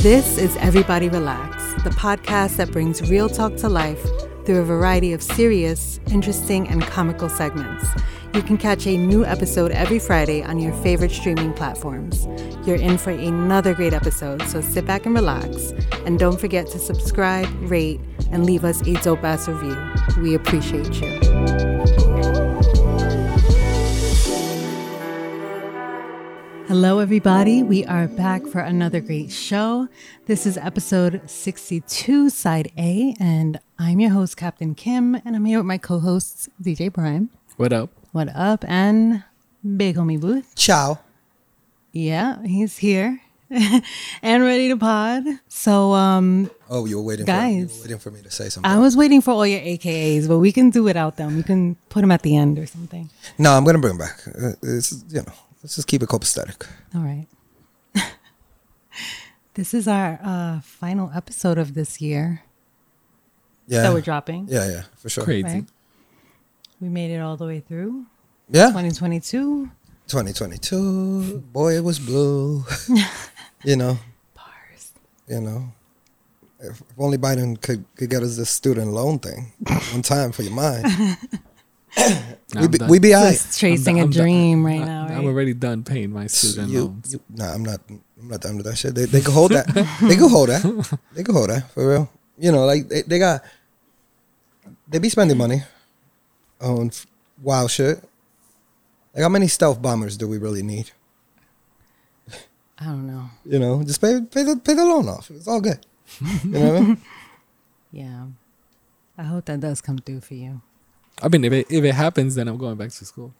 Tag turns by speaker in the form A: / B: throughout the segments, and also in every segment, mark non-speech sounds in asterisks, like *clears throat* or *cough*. A: This is Everybody Relax, the podcast that brings real talk to life through a variety of serious, interesting, and comical segments. You can catch a new episode every Friday on your favorite streaming platforms. You're in for another great episode, so sit back and relax. And don't forget to subscribe, rate, and leave us a dope ass review. We appreciate you. Hello, everybody. We are back for another great show. This is episode 62, Side A, and I'm your host, Captain Kim, and I'm here with my co hosts, DJ Prime.
B: What up?
A: What up? And Big Homie Booth.
C: Ciao.
A: Yeah, he's here *laughs* and ready to pod. So, um,
C: Oh, you were waiting for you
A: Guys. Ah.
C: were waiting for me to say something.
A: I was waiting for all your AKAs, but we can do without them. We can put them at the end or something.
C: no, I'm gonna bring him back. Uh, It's, you know, let's just keep it copacetic.
A: All right. *laughs* this is our uh, final episode of this year
C: Yeah.
A: that we're dropping.
C: yeah, yeah, for sure.
B: Crazy.
A: Right? We made it all the way through
C: Yeah.
A: 2022.
C: 2022. Boy, it
A: *laughs*
C: was blue. you know,
A: Bars.
C: you know. If if only Biden could, could get us this student
A: *laughs*
C: loan thing on time for your mind.
B: *laughs* Nah,
C: we
B: I'm
C: be,
B: done.
C: we be all right.
A: Just tracing
B: I'm
A: a
B: done-
A: dream
B: I'm
A: right
B: done.
A: now.
B: I-
A: Right?
B: I'm already done paying my student
C: You,
B: loans.
C: you, nah, I'm not. I'm not down with that shit. They, they could hold that. they could hold that. They could hold that for real. You know, like they, they got. They be spending money on f- wild shit. Like how many stealth bombers do we really need?
A: I don't know.
C: You know, just pay pay the pay the loan off. It's all good. You know what
B: *laughs*
C: I mean?
A: Yeah. I hope that does come through for
C: *laughs*
A: you.
B: I mean, if it, if it happens, then I'm going back to school.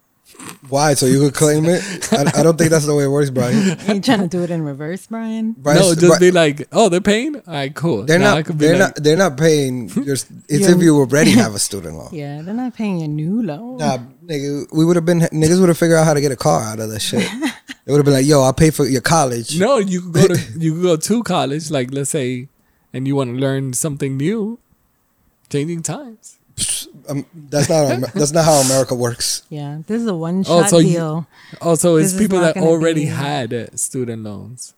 C: Why? So you could claim it? I, I don't think that's the way it works, Brian.
A: Are you trying to do it in reverse, Brian?
C: Brian
B: no, just be like, oh, they're paying. All right, cool.
C: they're
B: Now I
C: not.
B: could be
C: They're
B: like,
C: not. They're not paying. Your, s- it's
A: Your-
C: if you already have a student loan.
A: Yeah, they're not paying a new loan.
C: Nah, nigga, we would have been niggas would have figured out how to get a car out of that shit. they would have been like, "Yo, I'll pay for your college."
B: No, you could go to
C: *laughs*
B: you could go to college, like let's say, and you want to learn something new, changing times.
C: Um, that's not Amer- that's not how America works.
A: Yeah, this is a one
B: Oh,
A: shot
B: so you-
A: deal.
B: Also, it's
A: This is
B: people
A: not
B: that
A: gonna
B: already
A: be-
B: had uh, student loans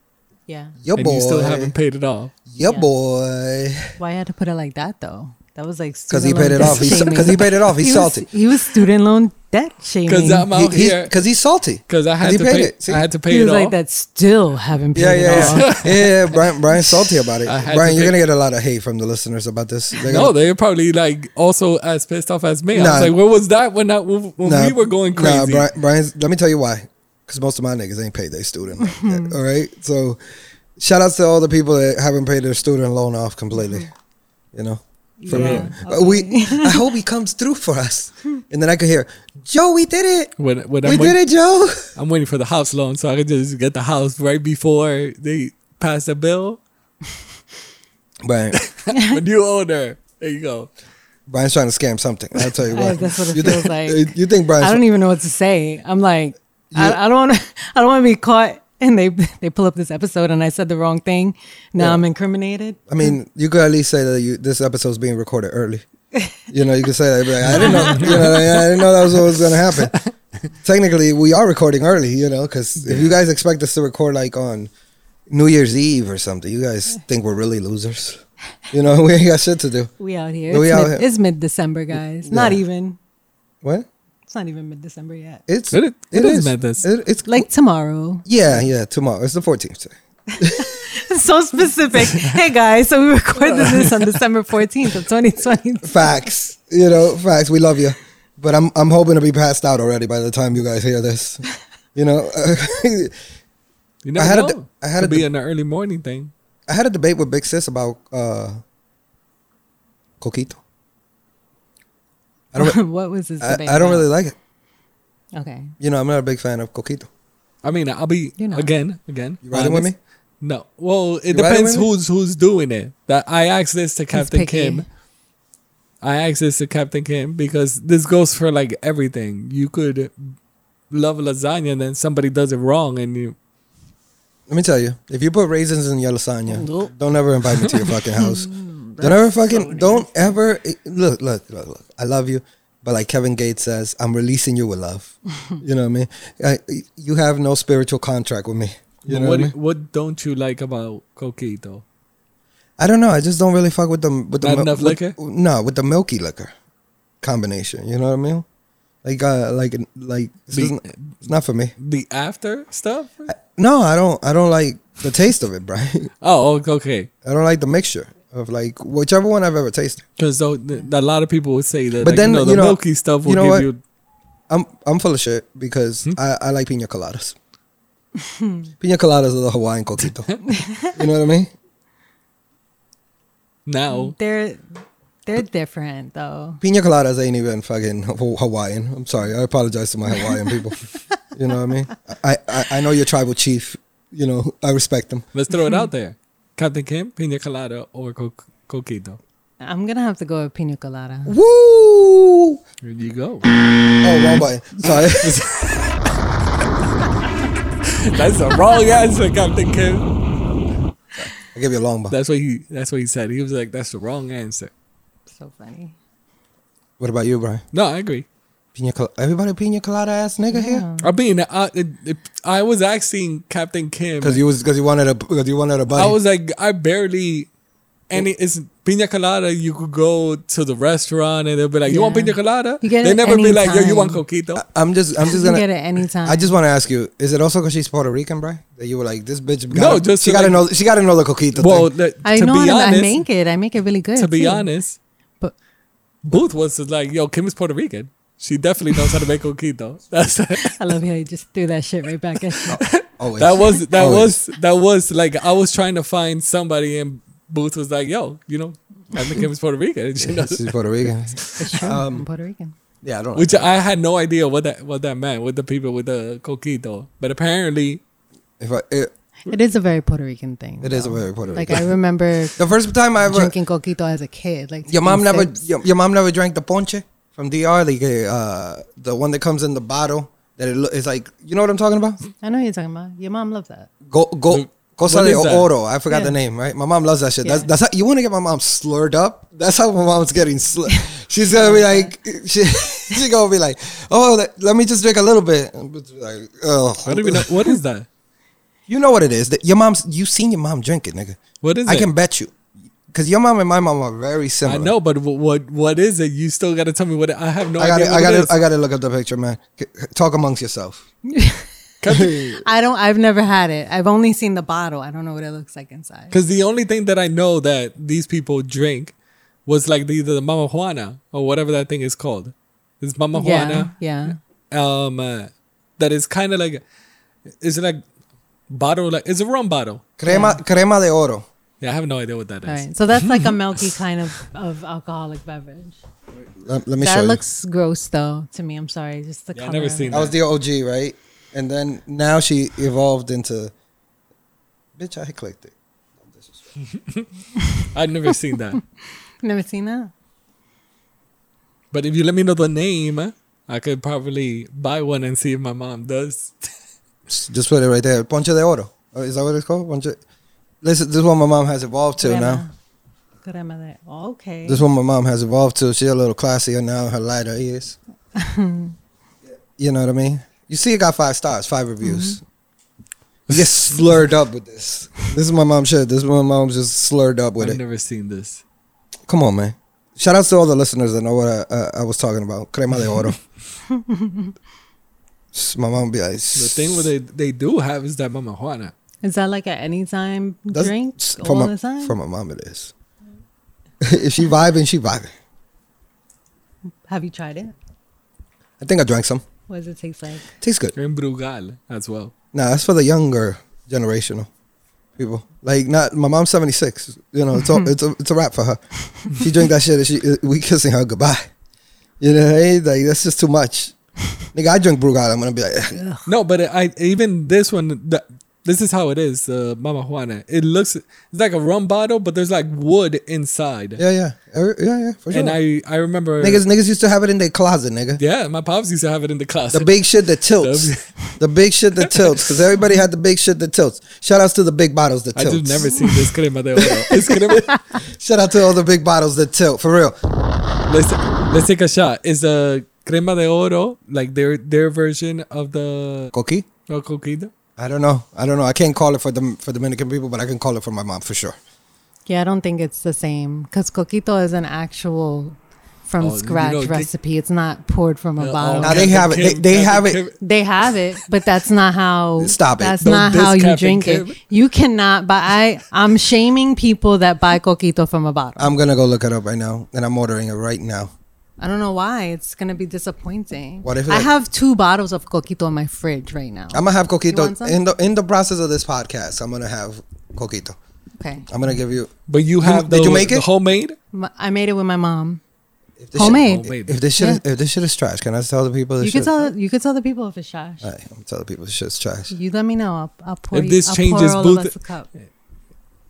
A: yeah.
C: Your
B: and
C: Oh, boy,
B: you still haven't paid it off.
C: your
A: Yeah.
C: boy,
A: Why I had to put it like that though? That was like
C: because he
A: student
C: paid it
A: loan
C: off.
A: debt shaming.
C: Because he paid it off. He's
A: He was-
C: salty.
A: He was student loan debt shaming.
B: Because I'm out here.
C: Because
B: *laughs*
C: he's salty.
B: Because I had
C: he
B: to
C: paid
B: pay.
C: it. See?
B: I had to pay
A: he
B: it
A: was like
B: off.
A: that. Still haven't paid
C: yeah,
A: it
C: yeah,
A: off.
C: yeah, *laughs* yeah, yeah. Brian, Brian's salty about it.
B: I had
C: Brian,
B: to
C: you're
B: pay-
C: gonna get a lot of hate from the listeners about this. They're
B: No,
C: gonna-
B: they're probably like also as pissed off as me. I was
C: Nah.
B: like, "What was that when that when, when
C: Nah,
B: we were going
C: Nah,
B: crazy?"
C: Brian, Brian's, let me tell you why. Because most of my niggas ain't paid their student loan. yet, all right. So, shout outs to all the people that haven't paid their student loan off completely. You know, for
A: Yeah,
C: real. Uh, We, I hope he comes through for
A: *laughs*
C: us. And then I could hear, Joe, we did it.
B: when, when
C: we
B: I'm,
C: did
B: wait,
C: it, Joe.
B: I'm waiting for the house loan, so I can just get the house right before they pass
A: *laughs*
B: the bill.
C: *laughs* Brian,
B: when you older, there you go.
C: Brian's trying to scam something. I'll tell you
A: I-
C: what.
A: that's what it
C: you
A: feels
C: think,
A: like.
C: You think Brian's
A: I don't even know what to say. I'm like, I, I don't want to. *laughs* I don't want to be caught. And they they pull up this episode, and I said the wrong thing. Now
C: Yeah.
A: I'm incriminated.
C: I mean, you could at least say that you, this episode's being recorded early. You know, you could say that. Be like, I didn't know.
A: *laughs*
C: You know, like, I didn't know that was what was going to happen. Technically, we are recording early. You know, because if you guys expect us to record like on New Year's Eve or something, you guys think we're really losers. You know, *laughs* we ain't got shit to do.
A: We out here.
C: Yeah, we
A: it's,
C: out
A: mid,
C: here.
A: it's mid-December, guys. Not
C: Yeah.
A: even.
C: What?
A: It's not even mid-December yet.
C: It's
B: It is- it is madness.
C: It, it's like
A: Like tomorrow. *laughs*
C: yeah, yeah. Tomorrow it's the fourteenth.
A: so
C: *laughs*
A: specific. hey guys, so we recorded this on December 14th of 2020.
C: Facts. You know, facts. We love you. But I'm I'm hoping to be passed out already by the time you guys hear this. You know, *laughs*
B: You never
C: I had a
B: know.
C: d- I had
B: Could
C: a
B: be
C: d-
B: an early morning thing.
C: I had a debate with Big Sis about uh, coquito. I don't.
A: *laughs*
C: re-
A: what was this
C: I,
A: debate?
C: I don't really like it.
A: about? Okay.
C: You know, I'm not a big fan of coquito.
B: I mean, I'll be
A: You're not.
B: again, again.
C: You riding with
B: honest.
C: me?
B: No. Well, it
C: You riding
B: depends
C: with me?
B: who's who's doing it. That I asked this to Captain
A: picky.
B: Kim. I asked this to Captain Kim because this goes for like everything. You could love lasagna, and then somebody does it wrong, and you
C: Let me tell you, if you put raisins in your lasagna,
A: Nope.
C: don't ever invite me to your fucking house. don't ever fucking. don't ever look, look, look, look. I love you, but like Kevin Gates says, I'm releasing you with love. you know what I mean? I, you have no spiritual contract with me. You
B: But what,
C: know what I mean?
B: what don't you like about coquito?
C: I don't know. I just don't really fuck with the with the
B: Not
C: mil-
B: enough
C: with-
B: liquor?
C: No, with the milky liquor combination. You know what I mean? Like uh, like like this
B: Be-
C: isn't- it's not for me.
B: The after stuff?
C: No, I don't. I don't like the taste of it, *laughs* Brian.
B: Oh, ok- okay.
C: I don't like the mixture of like whichever one I've ever tasted.
B: Because a lot of people would say that. like,
C: But then,
B: you know, the
C: you know-
B: milky stuff will
C: you know
B: give
C: what?
B: you.
C: I'm I'm full of shit because I, I like pina coladas. *laughs* pina coladas are the Hawaiian coquito. you know what I mean?
B: Now,
D: They're they're different though.
C: Pina coladas ain't even fucking Haw- Hawaiian. I'm sorry. I apologize to my Hawaiian people. you know what I mean? I, I I know your tribal chief. You know I respect them.
B: let's throw it out there. Captain Kim, Pina Colada, or co- Coquito.
D: I'm gonna have to go with pina colada.
C: Woo!
B: Here you go. *laughs*
C: Oh, wrong button. Sorry. *laughs*
B: That's the wrong answer, Captain Kim.
C: I gave you a long button.
B: That's what he. That's what he said. He was like, "That's the wrong answer."
D: So funny.
C: What about you, Brian?
B: No, I agree.
C: Pina colada. Everybody pina colada ass nigga here.
D: Yeah.
B: I mean, I, it, it, I was asking Captain Kim.
C: Because you was because you wanted a because you wanted a buddy.
B: I was like, I barely. Any it's pina colada. You could go to the restaurant and they'll be like, "You want
D: Yeah.
B: pina colada?"
D: You get
B: they
D: it
B: never be like, "Yo, you
D: anytime.
B: want coquito?"
C: I'm just I'm
D: You
C: just
D: can
A: *laughs*
C: gonna
D: get it anytime.
C: I just want to ask you: Is it also because she's Puerto Rican, bro? That you were like this bitch? Gotta,
B: No, just
C: she
B: to
C: got to
B: like-
C: know. She got to know the coquito
B: Well,
C: thing.
B: th-
D: I
B: to
D: know
B: be
D: and
B: honest,
D: I make it. I make it really good.
B: to be
D: too.
B: honest,
D: But
B: Booth was like, "Yo, Kim is Puerto Rican. She definitely knows how to make coquito." *laughs* That's
D: I love how you just threw that shit right back at
C: *laughs*
D: you.
C: Always.
B: that was that
C: Always.
B: was that was like I was trying to find somebody and Booth was like, "Yo, you know, I think Kim is Puerto Rican." *laughs* And she knows-
C: *laughs* she's Puerto Rican.
D: It's true.
C: Um,
D: I'm Puerto Rican.
C: Yeah, I
B: *laughs*
C: don't.
B: Which I had no idea what that what that meant with the people with the coquito, but apparently
C: if I, it,
D: It is a very Puter Rican thing.
C: it is a
D: though.
C: very Puerto
D: Like
C: Rican.
D: I
C: *laughs*
D: remember
C: the first time I ever
D: drinking coquito as a kid. Like
C: your mom
D: in
C: never
D: sixth.
C: your, your mom never drank the ponche from DR, like uh, the one that comes in the bottle that it, lo- it's like you know what I'm talking about?
D: I know what you're talking about. Your mom loved that.
C: Go go.
B: Wait,
C: Cosa
B: what
C: de
B: is that?
C: Oro. I forgot
D: Yeah.
C: the name, right? My mom loves that shit.
D: Yeah.
C: That's, that's how you want to get my mom slurred up. That's how my mom's getting slurred. She's gonna be like, she *laughs* she gonna be like, oh, let, let me just drink a little bit. And it's Like, oh,
B: I don't even know what is that.
C: you know what it is? That your mom's. You seen your mom drink it, nigga.
B: What is
C: I
B: it?
C: can bet you, because your mom and my mom are very
B: I
C: similar.
B: know, but wh- what what is it? You still got to tell me what it, I have no
C: I
B: idea.
C: gotta, I
B: what it
C: gotta,
B: is.
C: I gotta look up the picture, man. C- Talk amongst yourself.
B: *laughs*
D: I don't. I've never had it. I've only seen the bottle. I don't know what it looks like inside.
B: Because the only thing that I know that these people drink was like the, the Mama Juana or whatever that thing is called. It's Mama
D: Yeah,
B: Juana.
D: yeah.
B: Um, uh, that is kind of like, it's like bottle, like it's a rum bottle.
C: Crema, crema de oro.
B: Yeah, I have no idea what that is.
D: All right. So that's *laughs* like a milky kind of of alcoholic beverage.
C: Let, let me show
D: That
C: you.
D: looks gross though to me. I'm sorry. Just the
B: Yeah, I've
D: color.
B: never
D: of
B: seen
D: it.
C: I was the OG, right? And then now she evolved into. Bitch, I clicked it.
B: I've never seen that.
D: Never seen that.
B: But if you let me know the name, I could probably buy one and see if my mom does.
C: Just put it right there. Ponche de oro. Oh, is that what it's called? Ponche. This is, this is what my mom has evolved to now.
D: Crema. Crema de- Okay.
C: This is what my mom has evolved to. She's a little classier now. Her lighter ears. you know what I mean? You see, it got five stars, five reviews. You Get slurred up with this. This is my mom shit. This is my mom's just slurred up with
B: I've
C: it.
B: never seen this.
C: Come on, man. Shout outs to all the listeners that know what I, uh, I was talking about. Crema
B: *laughs*
C: de oro. S- My mom be like,
B: The thing with they they do have is that Mama Juana.
D: Is that like an anytime
C: That's-
D: drink
C: s-
D: all
C: my,
D: the time?
C: For my mom, it is. *laughs* if she vibing, she vibing.
D: Have you tried it?
C: I think I drank some.
D: What does it taste like?
C: Tastes good.
B: They're in Brugal as well.
C: Nah, that's for the younger generational people. Like, not my mom's seventy six. You know, it's
D: *laughs*
C: all, it's a, it's a wrap for her. She drink that shit. And she we kissing her goodbye. You know, what I mean? like that's just too
D: *laughs*
C: much. Nigga, I drink Brugal. I'm gonna be like,
B: No, but I even this one. The, this is how it is, uh, Mama Juana. It looks it's like a rum bottle, but there's like wood inside.
C: yeah, yeah, Every- yeah, yeah, for sure.
B: And I I remember.
C: Niggas, niggas used to have it in their closet, nigga.
B: yeah, my pops used to have it in the
C: The
B: closet.
C: big shit that tilts. the big shit that tilts. Because everybody had the big shit that tilts. Shout outs to the big bottles that
B: I
C: tilt.
B: just never seen this crema de oro.
C: *laughs*
B: It's crema.
C: Shout out to all the big bottles that tilt. For real.
B: let's let's take a shot. It's a crema de oro, like their their version of the
C: Coqui?
B: of coquito.
C: I don't know. I don't know. I can't call it for the for Dominican people, but I can call it for my mom for sure.
A: Yeah, I don't think it's the same because coquito is an actual from
B: Oh, you
A: scratch
B: know, they-
A: recipe. it's not poured from a
B: Uh,
A: bottle.
C: Now they
B: Captain
C: have it. They- they
B: Captain
C: have it.
B: Kim-
A: They have it, but that's not how.
C: *laughs* Stop it.
A: That's
B: Don't
A: not
B: diss
A: how you
B: Captain
A: drink
B: Kidd.
A: it. You cannot buy. I, I'm shaming people that buy coquito from a bottle.
C: I'm gonna go look it up right now, and I'm ordering it right now.
A: I don't know why. It's gonna be disappointing.
C: What if
A: I
C: it- Um,
A: have two bottles of coquito in my fridge right now?
C: I'm gonna have coquito
A: want some?
C: in the in the process of this podcast. I'm gonna have coquito.
A: okay,
C: I'm gonna give you
B: But you have
C: did
B: the,
C: you make
B: the
C: it?
B: homemade?
A: M- I made it with my mom,
C: if this
A: homemade.
B: Homemade.
C: Shit, if this shit, is, if this shit is trash, can I tell the people?
A: you
C: This shit?
A: could tell. You could tell the people if it's trash.
C: All right, I'm gonna tell the people this shit's trash.
A: You let me know. I'll, I'll pour.
B: If
A: you-
B: this
A: I'll
B: changes
A: pour all of
B: Booth-
A: us a cup.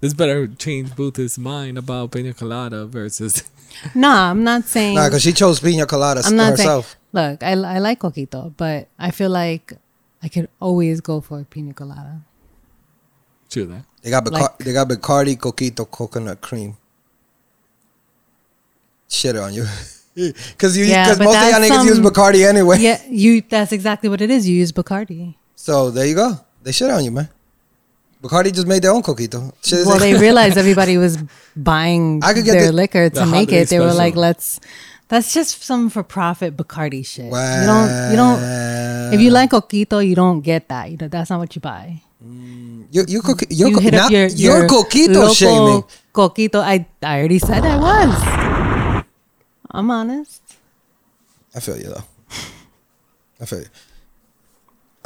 B: This better change Booth's mind about pina colada versus. *laughs*
A: Nah, I'm not saying.
C: Nah, because she chose pina colada
A: I'm not
C: herself.
A: saying. Look, I, I like coquito, but I feel like I could always go for a pina colada.
B: True that.
C: They got Bicar-
A: Like-
C: they got Bacardi coquito coconut cream. Shit on you, *laughs* because you
A: Yeah,
C: because
A: but
C: most of y'all
A: that's
C: niggas use
A: some-
C: Bacardi anyway.
A: yeah, you. That's exactly what it is. You use Bacardi.
C: So there you go. They shit on you, man. Bacardi just made their own coquito. Shit is-
A: Well,
C: *laughs*
A: they realized everybody was buying
C: I could get
A: their
C: the-
A: liquor
B: the
A: to make
B: holiday
A: it. They were
B: special.
A: like, "Let's." That's just some for profit Bacardi shit.
C: Wow.
A: You don't. You don't. If you like coquito, you don't get that. You know that's not what you buy.
C: you you coqui- you're
A: you
C: co-
A: hit
C: not,
A: up your
C: you're
A: your
C: coquito
A: local
C: shaming.
A: Coquito. I I already said I was. I'm honest.
C: I feel you though. I feel you.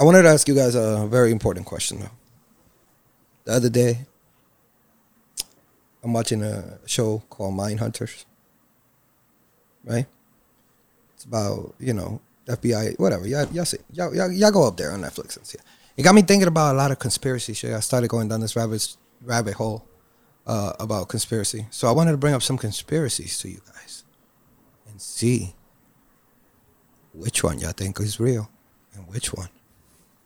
C: I wanted to ask you guys a very important question though. The other day, I'm watching a show called Mind Hunters. Right? It's about you know FBI, whatever. Y'all, y'all see, y'all, y'all, y'all go up there on Netflix and see. It. it got me thinking about a lot of conspiracy shit. I started going down this rabbit rabbit hole uh, about conspiracy. So I wanted to bring up some conspiracies to you guys and see which one y'all think is real and which one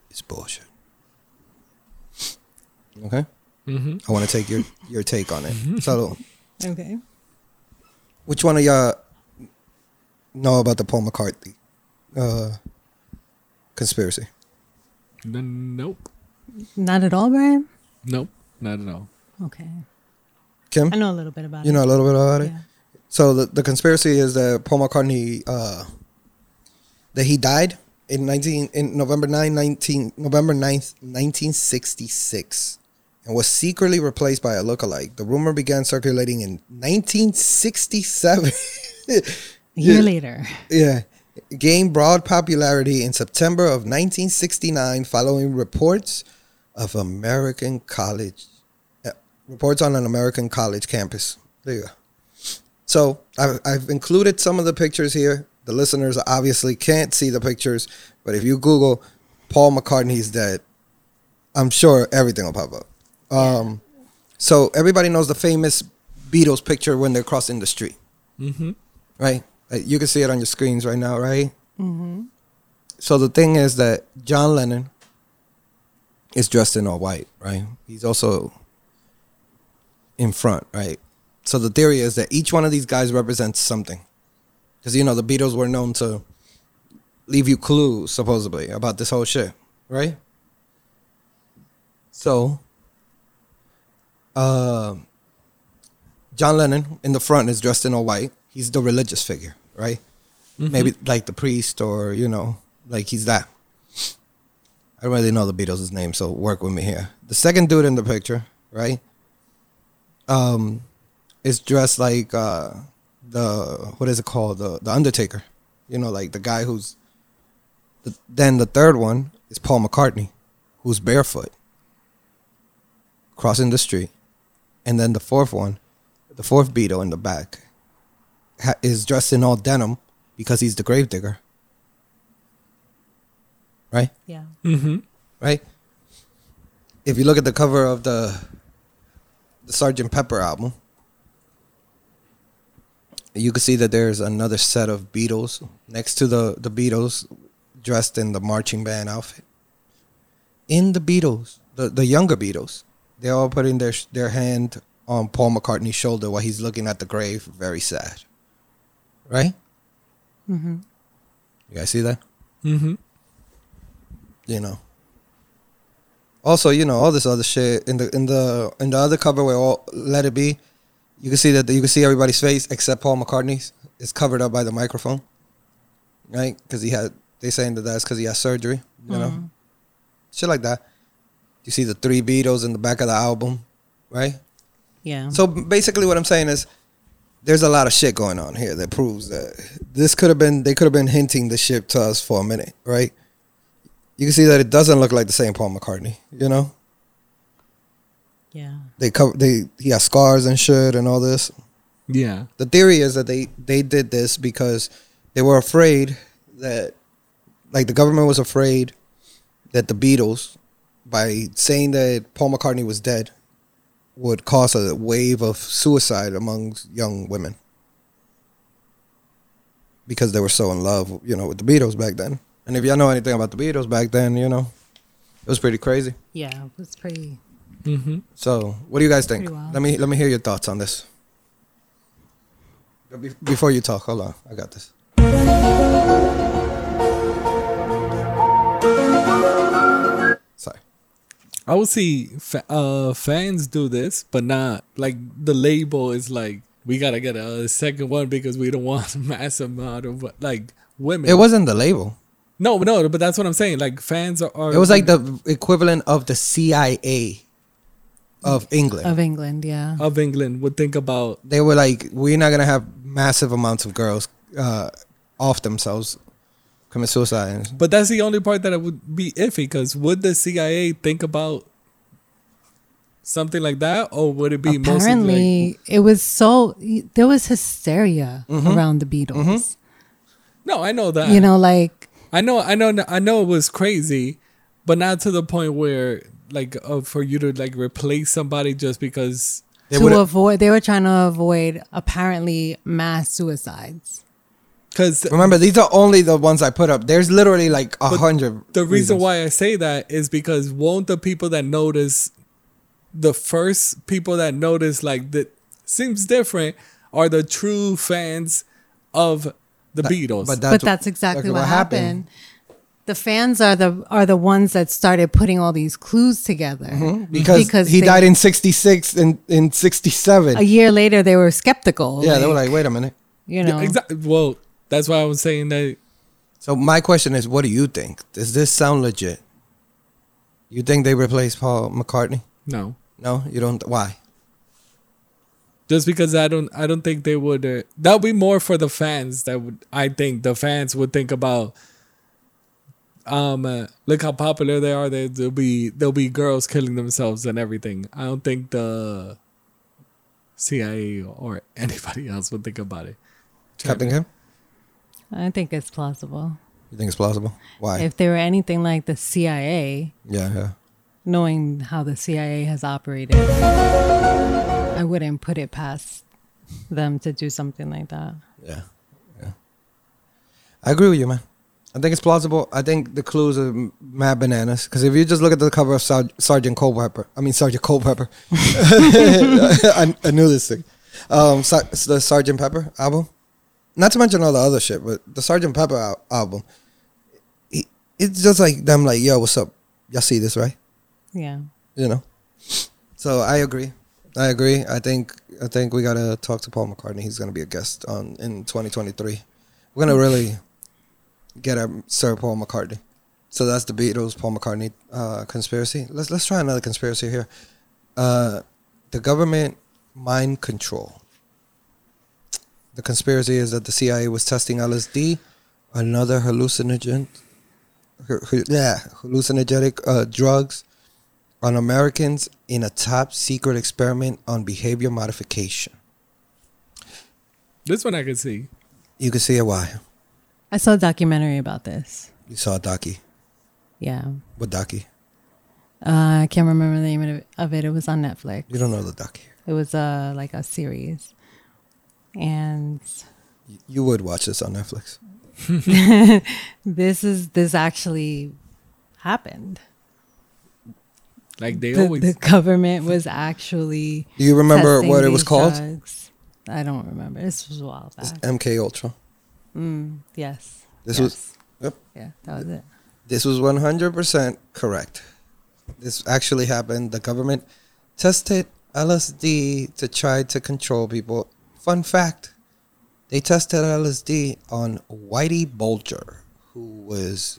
C: is bullshit. Okay,
B: Mm-hmm.
C: I want to take your your take on it. *laughs* So,
A: Okay.
C: which one of y'all know about the Paul McCartney uh, conspiracy?
B: Nope.
A: Not at all, Brian.
B: Nope. Not at all.
A: Okay.
C: Kim,
A: I know a little bit about
C: you
A: it.
C: know a little bit about it.
A: Yeah.
C: So the, the conspiracy is that Paul McCartney uh, that he died in nineteen in November 9, 19, November 9th, nineteen sixty six, and was secretly replaced by a lookalike. The rumor began circulating in nineteen sixty *laughs* seven.
A: A year later.
C: Yeah. Gained broad popularity in September of 1969 following reports of American college uh, reports on an American college campus. There you go. So I've, I've included some of the pictures here. The listeners obviously can't see the pictures, but if you Google Paul McCartney's dead, I'm sure everything will pop up. Um, So everybody knows the famous Beatles picture when they're crossing the street
B: Mm-hmm.
C: right? Like, You can see it on your screens right now, right? Mm-hmm. So the thing is that John Lennon is dressed in all white, right? He's also in front, right? So the theory is that each one of these guys represents something, because you know the Beatles were known to leave you clues, supposedly, about this whole shit, right? So, uh, John Lennon in the front is dressed in all white. He's the religious figure, right? Maybe like the priest or, you know, like he's that. I don't really know the Beatles' name, so work with me here. The second dude in the picture, right? Um, is dressed like uh, the what is it called? The the Undertaker. You know, like the guy who's the, then the third one is Paul McCartney, who's barefoot, crossing the street. And then the fourth one, the fourth Beatle in the back, ha- is dressed in all denim because he's the gravedigger. Right?
A: Yeah.
B: Mm-hmm.
C: Right? If you look at the cover of the the Sergeant Pepper album, you can see that there's another set of Beatles next to the the Beatles dressed in the marching band outfit. In the Beatles, the the younger Beatles, they're all putting their their hand on Paul McCartney's shoulder while he's looking at the grave, very sad. Right?
A: Mm-hmm.
C: You guys see that?
B: Mm-hmm.
C: You know. Also, you know all this other shit in the in the in the other cover where all Let It Be, you can see that you can see everybody's face except Paul McCartney's. It's covered up by the microphone, right? Because he had they saying that that's because he had surgery. You
A: Mm-hmm.
C: know, shit like that. You see the three Beatles in the back of the album, right?
A: Yeah.
C: So basically, what I'm saying is, there's a lot of shit going on here that proves that this could have been they could have been hinting the shit to us for a minute, right? You can see that it doesn't look like the same Paul McCartney. You know,
A: yeah.
C: they cover they he has scars and shit and all this.
B: Yeah.
C: The theory is that they they did this because they were afraid that, like, the government was afraid that the Beatles, by saying that Paul McCartney was dead, would cause a wave of suicide amongst young women because they were so in love, you know, with the Beatles back then. And if y'all know anything about the Beatles back then, you know, it was pretty crazy.
A: Yeah. It was pretty.
B: Mm-hmm.
C: So, what do you guys think?
A: Pretty wild.
C: Let me let me hear your thoughts on this. Be- Before you talk, hold on, I got this. Sorry.
B: I would see fa- uh, fans do this, but not like the label is like we gotta get a second one because we don't want *laughs* a mass amount of like women.
C: It wasn't the label.
B: no, no, but that's what I'm saying. Like fans are. are
C: It was like the equivalent of the CIA of England.
D: of England, yeah.
B: of England would think about
C: They were like, we're not gonna have massive amounts of girls uh, off themselves commit suicide.
B: But that's the only part that I would be iffy because would the CIA think about something like that, or would it be mostly like,
D: Apparently, it was so there was hysteria
C: Mm-hmm.
D: around the Beatles.
B: no? I know that.
D: You know, like
B: I know, I know, I know it was crazy, but not to the point where like uh, for you to like replace somebody just because.
C: They
D: to
C: would've-
D: avoid they were trying to avoid apparently mass suicides.
B: Because
C: Remember, these are only the ones I put up. There's literally like a hundred.
B: the reason
C: reasons.
B: why I say that is because won't the people that notice the first people that notice like that seems different are the true fans of the Beatles.
C: But
D: but that's exactly what, happened. The fans are the are the ones that started putting all these clues together
C: Mm-hmm. because,
D: Mm-hmm. they-
C: he died in 66 and in 67
D: a year later. They were skeptical.
C: yeah they were like wait a minute
D: you know,
B: exactly. Well, that's why I was saying that.
C: so my question is what do you think does this sound legit you think they replaced paul mccartney
B: No,
C: no you don't why
B: just because I don't, I don't think they would. Uh, that would be more for the fans. That would, I think, the fans would think about. Um, uh, look how popular they are. They, there'll be there'll be girls killing themselves and everything. I don't think the CIA or *laughs* anybody else would think about it.
C: captain kim
A: I think it's plausible.
C: you think it's plausible why
A: If they were anything like the CIA,
C: yeah yeah
A: knowing how the CIA has operated, I wouldn't put it past them to do something like that.
C: yeah yeah i agree with you man i think it's plausible i think the clues are m- mad bananas because if you just look at the cover of Sar- sergeant culpepper i mean sergeant culpepper *laughs* I, I knew this thing. Um, Sar- the Sergeant Pepper album, not to mention all the other shit, but the Sergeant Pepper al- album, it, it's just like them, like, yo, what's up? Y'all see this, right?
A: Yeah.
C: You know. So I agree. I agree. I think I think we gotta talk to Paul McCartney. He's gonna be a guest on in 2023. We're gonna really get a Sir Paul McCartney. So that's the Beatles Paul McCartney uh, conspiracy. Let's let's try another conspiracy here. Uh, the government mind control. The conspiracy is that the CIA was testing LSD, another hallucinogen, hu- hu- yeah, hallucinogenic uh, drugs on Americans in a top secret experiment on behavior modification.
B: This one I can see.
C: You can see why.
A: I saw a documentary about this.
C: You saw Doki.
A: Yeah.
C: What Doki?
A: Uh, I can't remember the name of it- of it. It was on Netflix.
C: You don't know the Doki.
A: It was uh, like a series. And
C: You- You would watch this on Netflix.
A: this is this actually happened.
B: Like they
A: The,
B: always.
A: the government was actually
C: Do you remember
A: testing
C: what it was
A: these
C: called?
A: drugs. I don't remember. This was a while
C: It's
A: back.
C: MK Ultra.
A: Mm, yes.
C: This was
A: Yes.
C: yep.
A: Yeah, that was it.
C: this was one hundred percent correct. This actually happened. The government tested LSD to try to control people. Fun fact they tested LSD on Whitey Bulger, who was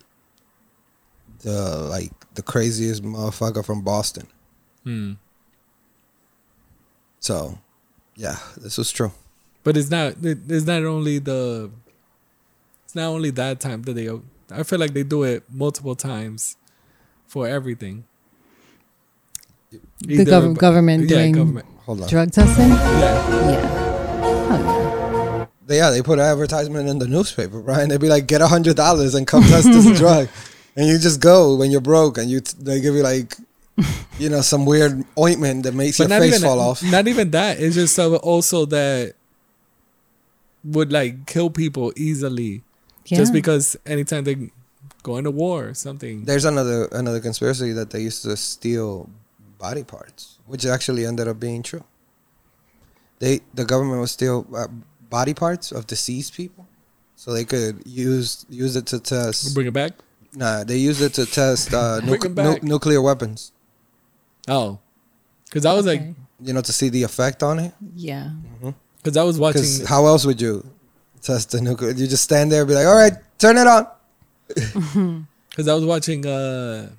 C: the like the craziest motherfucker from Boston.
B: Hmm.
C: So, yeah, this was true.
B: But it's not. it- It's not only the. It's not only that time that they. I feel like they do it multiple times, for everything.
A: The gov- government doing
C: Hold on.
A: drug testing.
B: Yeah.
A: Yeah. Oh,
C: They- yeah, they put an advertisement in the newspaper, Brian. They'd be like, "Get a hundred dollars and come test
B: *laughs*
C: this drug," and you just go when you're broke, and you t- they give you like, you know, some weird ointment that makes
B: But
C: your
B: not
C: face
B: even
C: fall off.
B: not even that. It's just uh, also that would like kill people easily
A: yeah.
B: just because anytime they go into war or something.
C: There's another another conspiracy that they used to steal body parts, which actually ended up being true. They the government would steal uh, body parts of deceased people, so they could use use it to test.
B: Bring it back.
C: Nah, they used it to test
B: *laughs*
C: uh,
B: Bring
C: nuc-
B: it back.
C: nu- nuclear weapons.
B: Oh, because I was like,
A: Okay.
C: You know, to see the effect on it.
A: yeah.
B: because I was watching.
C: Mm-hmm. Because how else would you test the nuclear? You just stand there and be like, all right, turn it on.
B: Because I was watching uh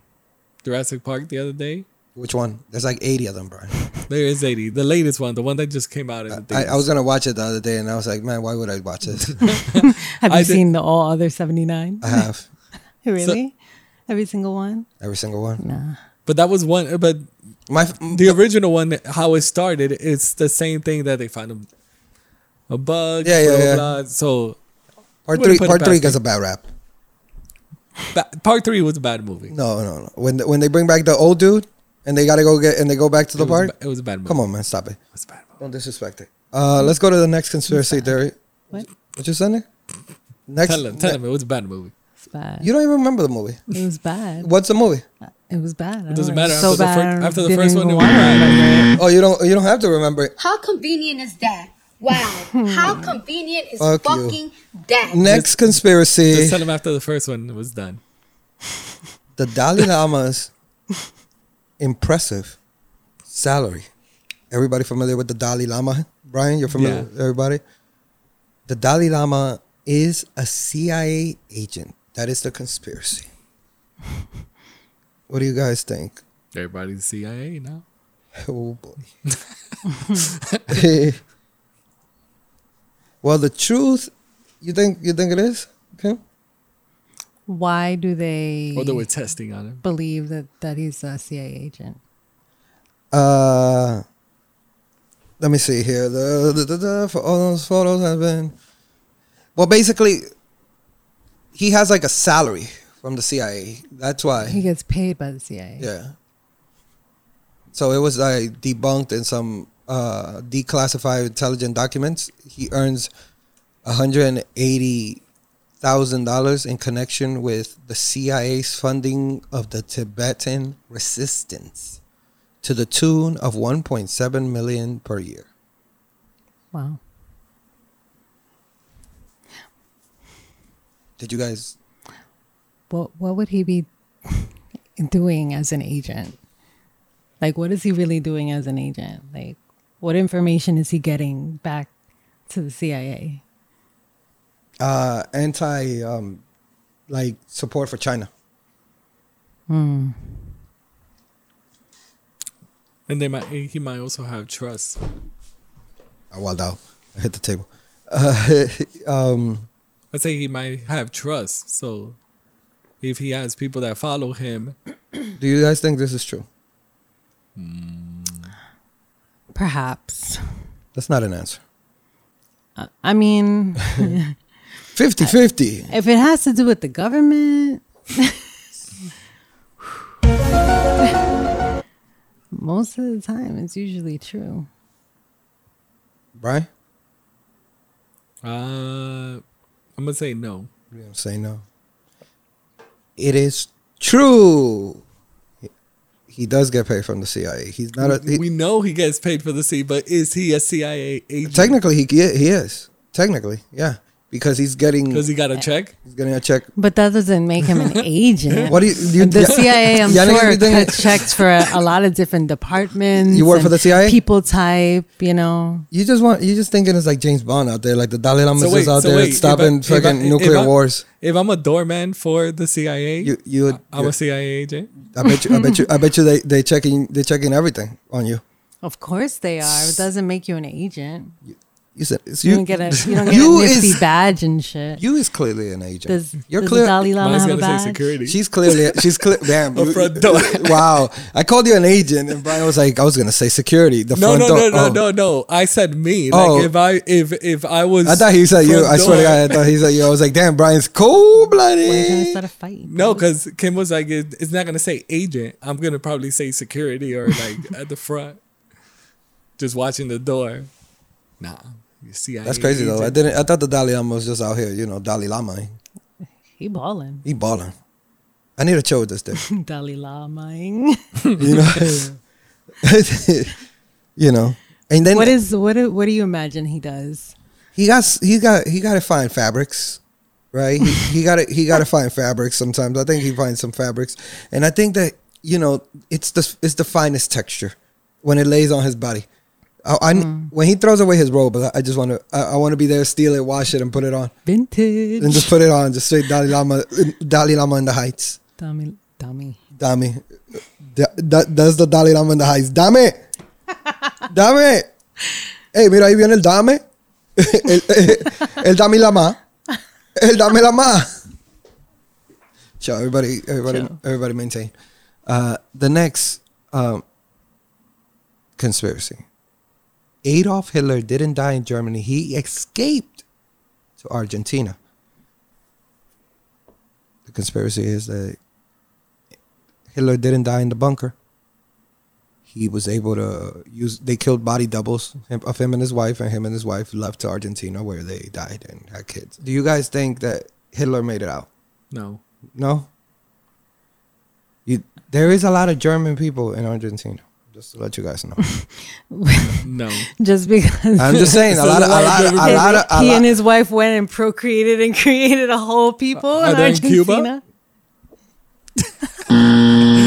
B: Jurassic Park the other day.
C: Which one? There's like 80 of
B: *laughs*
C: them, Brian.
B: There is 80, the latest one, the one that just came out in the
C: I,
B: theaters.
C: I was going to watch it the other day and I was like, man, why would I watch
B: *laughs*
C: this?
A: Have
B: I
A: you
B: did-
A: seen the all other seventy nine?
C: I have
A: really? Every single one?
C: every single one.
A: Nah.
B: but that was one. But
C: My f- m-
B: the original one, how it started, it's the same thing that they found a, a bug.
C: Yeah, yeah,
B: blah, blah,
C: yeah.
B: blah. So
C: Part
B: Wouldn't
C: three,
B: put it
C: part three
B: past
C: gets a bad rap.
B: ba- part three was a bad movie.
C: No, no, no. When when they bring back the old dude and they gotta go get and they go back to the
B: it, was a,
C: park,
B: ba- it was a bad movie.
C: come on, man, stop it.
B: It was a bad movie.
C: Don't disrespect it. Uh, let's go to the next conspiracy theory.
A: What?
C: What you saying? Next,
B: Tell him, tell him, it was a bad movie.
A: It's bad.
C: you don't even remember the movie.
A: it was bad.
C: What's the movie?
A: It was bad.
B: It doesn't
A: I don't
B: matter.
A: know. So
B: after,
A: bad. I
B: the fir- after the
A: didn't
B: first
A: even
B: one, it was
A: want to
B: bad.
A: remember it.
C: Oh, you don't you don't have to remember it.
E: How convenient is that?
C: *laughs*
E: Wow. How convenient is
C: Fuck you.
E: fucking that?
C: Next conspiracy.
B: Just tell him after the first one, it was done.
C: the Dalai Lama's *laughs* impressive salary. Everybody familiar with the Dalai Lama? Brian, you're familiar
B: Yeah.
C: with everybody? The Dalai Lama is a CIA agent. That is the conspiracy. What do you guys think?
B: Everybody's CIA now.
C: Oh boy. *laughs* well, the truth, you think you think it is? Okay.
A: Why do they
B: Although we're testing on him.
A: believe that, that he's a CIA agent?
C: Uh, let me see here. The, the, the, the- for all those photos have been. Well, basically, he has like a salary from the CIA. That's
A: He
C: why.
A: gets paid by the CIA.
C: Yeah. So it was like debunked in some uh, declassified intelligent documents. He earns hundred and eighty thousand dollars in connection with the CIA's funding of the Tibetan resistance to the tune of 1.7 million per year.
A: Wow.
C: Did you guys
A: What what would he be *laughs* doing as an agent? Like what is he really doing as an agent? Like what information is he getting back to the CIA?
C: uh anti um like support for China?
B: And they might, he might also have trust.
C: Oh, well, no. I hit the table. Uh, um
B: I say he might have trust. So if he has people that follow him,
C: do you guys think this is true?
A: Perhaps.
C: That's not an answer.
A: Uh, I mean,
C: 50-50.
A: if it has to do with the government, *laughs* most of the time it's usually true.
C: Brian?
B: uh, I'm gonna say no.
C: You don't say no. It is true. He does get paid from the CIA. He's not a.
B: we
C: He,
B: know he gets paid for the C, but is he a CIA agent?
C: technically, he he is. Technically, yeah. because he's getting
B: because he got a check.
C: he's getting a check.
A: But that doesn't make him
C: *laughs*
A: an agent.
C: What do you? do you *laughs*
A: the
C: yeah-
A: CIA, I'm
C: yeah, I think
A: sure,
C: everything-
A: cuts checks for a, a lot of different departments.
C: You work for
A: and
C: the CIA?
A: People type, you know.
C: You just want you just thinking it's like James Bond out there, like the Dalai Lama
B: So
C: is
B: wait,
C: out
B: so
C: there
B: wait, if I-
C: stopping
B: if I-
C: fucking
B: if
C: nuclear
B: I-
C: wars.
B: If I'm a doorman for the CIA,
C: You you would,
B: I'm a CIA agent.
C: I bet you I bet you I bet you they they checking they checking everything on you.
A: Of course they are. It doesn't make you an agent.
C: You said it's
A: You
C: you.
A: don't get a you don't get
C: You
A: a nifty
C: is-
A: badge and shit.
C: you is clearly an agent.
A: does
C: You're
A: does
C: clear.
A: the Dalai Lama
B: Mine's
A: have a
B: gonna
A: badge?
B: say security.
C: She's clearly she's clear.
B: *laughs*
C: Damn,
B: A
C: you-
B: front door.
C: *laughs* wow, I called you an agent, and Brian was like, I was gonna say security. The
B: no,
C: front
B: no,
C: door.
B: no, no,
C: Oh.
B: no, no. I said me.
C: Oh.
B: Like if I if if I was,
C: I thought he said you.
B: front
C: I swear to
B: door-
C: God, I thought he said you. I was like, damn, Brian's cold
A: We're gonna
C: blooded.
A: start a fight.
B: No, because Kim was like, it, it's not gonna say agent. I'm gonna probably say security or like at the front, just watching the door. Nah, you see,
C: That's crazy though. I didn't. I thought the Dalai Lama was just out here. You know, Dalai Lama.
A: he balling.
C: He balling. I need a chill with this dude.
A: *laughs*
C: *laughs*
A: Dalai Lamaing.
C: You
A: *laughs*
C: know. *laughs* you know. And then
A: What is what? do- What do you imagine he does?
C: he got s- he got he got to find fabrics, right? He, he got to he got to find fabrics. Sometimes I think he finds some fabrics, and I think that you know it's the it's the finest texture when it lays on his body. I, I- when he throws away his robe, I, I just want to I, I want to be there, steal it, wash it, and put it on,
A: Vintage.
C: and just put it on, just straight Dalai Lama Dalai Lama in the heights.
A: Dummy, dummy.
C: Dami. Da, da, that's the Dalai Lama in the heights. Dame. Dame. Hey, mira, ahí viene el Dame. *laughs* El, el Dami Lama. El Dami Lama. Chill, everybody, everybody,
A: Chill.
C: everybody maintain. Uh, the next um, conspiracy. Adolf Hitler didn't die in Germany. He escaped to Argentina. The conspiracy is that Hitler didn't die in the bunker. He was able to use. They killed body doubles him- of him and his wife, and him and his wife left to Argentina where they died and had kids. Do you guys think that Hitler made it out?
B: No,
C: No. You, there is a lot of German people in Argentina. Just to let you guys know,
B: no.
A: Just because
C: I'm just saying a
B: So
C: lot of
B: there's
C: a
B: a
C: lot
B: lot
C: of
A: *laughs*
B: of German
C: a lot of a
A: he
C: lot.
A: and his wife went and procreated and *laughs* created a whole people
B: Are
A: in
B: they in Cuba?
A: Argentina. *laughs*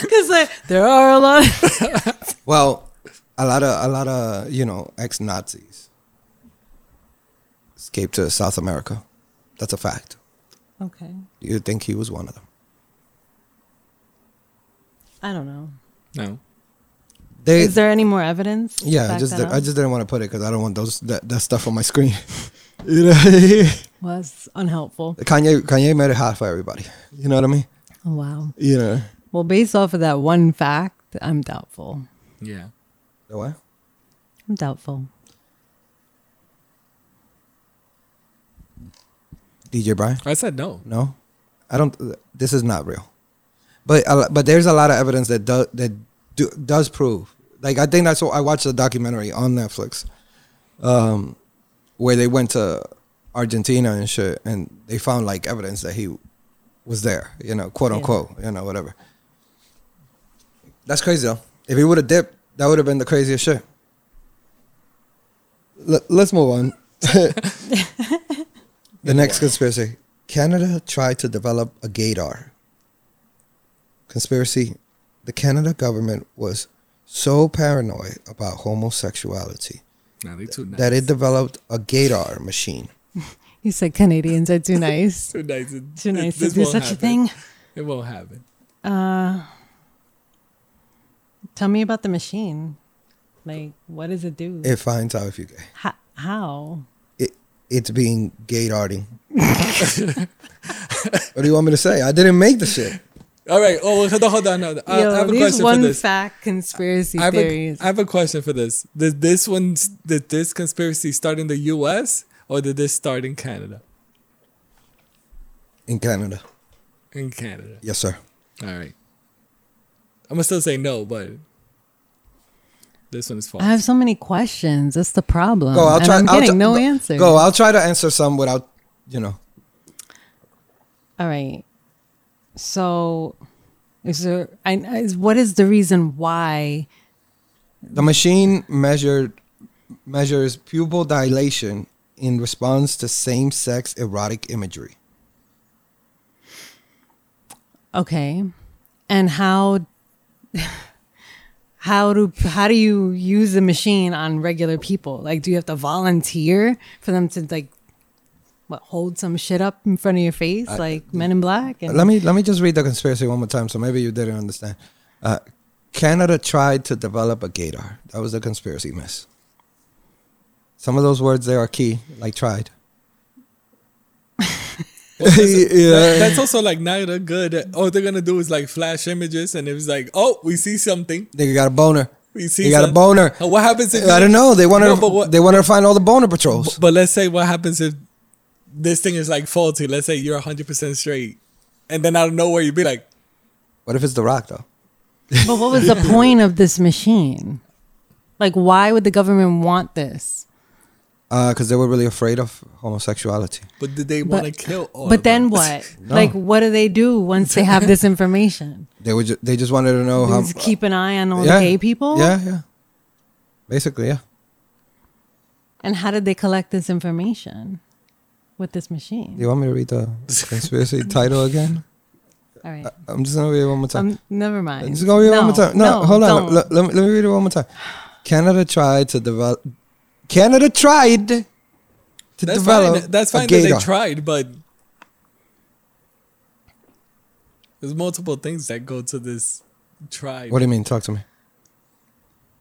A: Because like, there are a lot. Of,
C: Well, a lot of a lot of you know ex Nazis escaped to South America. That's a fact.
A: *laughs* okay,
C: Do you think he was one of them?
A: I don't know.
B: No.
C: They,
A: Is there any more evidence? to
C: yeah, I
A: back
C: just
A: that
C: I
A: up?
C: just didn't want to put it because I don't want those that, that stuff on my screen. *laughs* you know, *laughs* Kanye
A: Well, that's unhelpful.
C: Kanye made it hot for everybody. You know what I mean?
A: Oh, wow.
C: You know
A: Well, based off of that one fact, I'm doubtful.
B: Yeah.
C: the what?
A: I'm doubtful.
C: DJ Brian?
B: I said no.
C: No, I don't. This is not real. But a lo- but there's a lot of evidence that does that do, does prove. Like I think that's what I watched a documentary on Netflix, um, where they went to Argentina and shit, and they found like evidence that he was there. You know, quote
A: Yeah.
C: unquote. You know, whatever. That's crazy though. If he would have dipped, that would have been the craziest shit. L- let's move on. *laughs* the next conspiracy Canada tried to develop a gaydar. Conspiracy The Canada government was so paranoid about homosexuality
B: No, they too nice.
C: that it developed a gaydar machine.
A: You said Canadians are too
C: *laughs*
A: nice.
B: too nice. It-
A: Too
B: it-
A: nice to
B: this
A: do
B: won't
A: such a
B: happen.
A: thing.
B: It won't happen.
A: Uh, tell me about the machine. Like, what does it do?
C: It finds out if you gay.
A: Ho- how?
C: It, it's being
A: *laughs*
C: gaydarting. what do you want me to say? I didn't make the shit.
B: All right. Oh, well, hold on. Hold on. Hold on. I,
A: Yo,
B: I have a
A: these
B: question for
A: one
B: this.
A: fact conspiracy
B: I have, a,
A: theories.
B: I have a question for this. Did this one, did this conspiracy start in the U.S. or did this start in Canada?
C: In Canada.
B: In Canada.
C: Yes, sir.
B: All right. I'm gonna still say no, but this one is false.
A: I have so many questions. That's the problem.
C: Go, I'll
A: Oh, and
C: try.
A: I'm
C: will
A: getting no answer.
C: Go, I'll try to answer some without, you know.
A: All right. So, is there? I, is, what is the reason why?
C: The machine measured measures pupil dilation in response to same sex erotic imagery.
A: Okay. And how *laughs* how do how do you use the machine on regular people? Like do you have to volunteer for them to like what hold some shit up in front of your face like men in black and
C: uh, Let me let me just read the conspiracy one more time, so maybe you didn't understand. Uh, Canada tried to develop a gaydar. That was a conspiracy miss. Some of those words there are key, like tried. *laughs*
B: That-
C: *laughs* yeah.
B: That's also like not a good. All they're gonna do is like flash images, and it was like, oh, we see something.
C: Nigga got a boner.
B: We see.
C: They got a
B: some-
C: boner.
B: Uh, What happens if
C: I don't know. They wanted
B: No,
C: to,
B: but what-
C: they wanted to find all the boner patrols.
B: But let's say what happens if this thing is like faulty. Let's say you're 100 percent straight, and then out of nowhere you'd be like,
C: What if it's The Rock though?
A: But what was
C: *laughs*
A: the point of this machine? Like why would the government want this?
C: Because Uh, they were really afraid of homosexuality.
B: but did they want to kill all?
A: But
B: of
A: then
B: them?
C: *laughs*
A: what? Like what do they do once they have this information?
C: They were. Ju- they just wanted to know how.
A: Just keep an eye on all
C: Yeah.
A: the gay people?
C: Yeah, yeah. Basically, yeah.
A: And how did they collect this information with this machine?
C: You want me to read the
A: *laughs*
C: conspiracy title again?
A: All right.
C: I'm just gonna read it one more time.
A: Um, never mind.
C: Uh, just gonna read it one more time. No, hold on.
A: don't.
C: Let, let me, let me read it one more time. Canada tried to develop. Canada tried to
B: That's
C: develop.
B: fine. That's
C: a
B: fine that they
C: gaydar.
B: tried, but there's multiple things that go to this try.
C: What do you mean? Talk to me.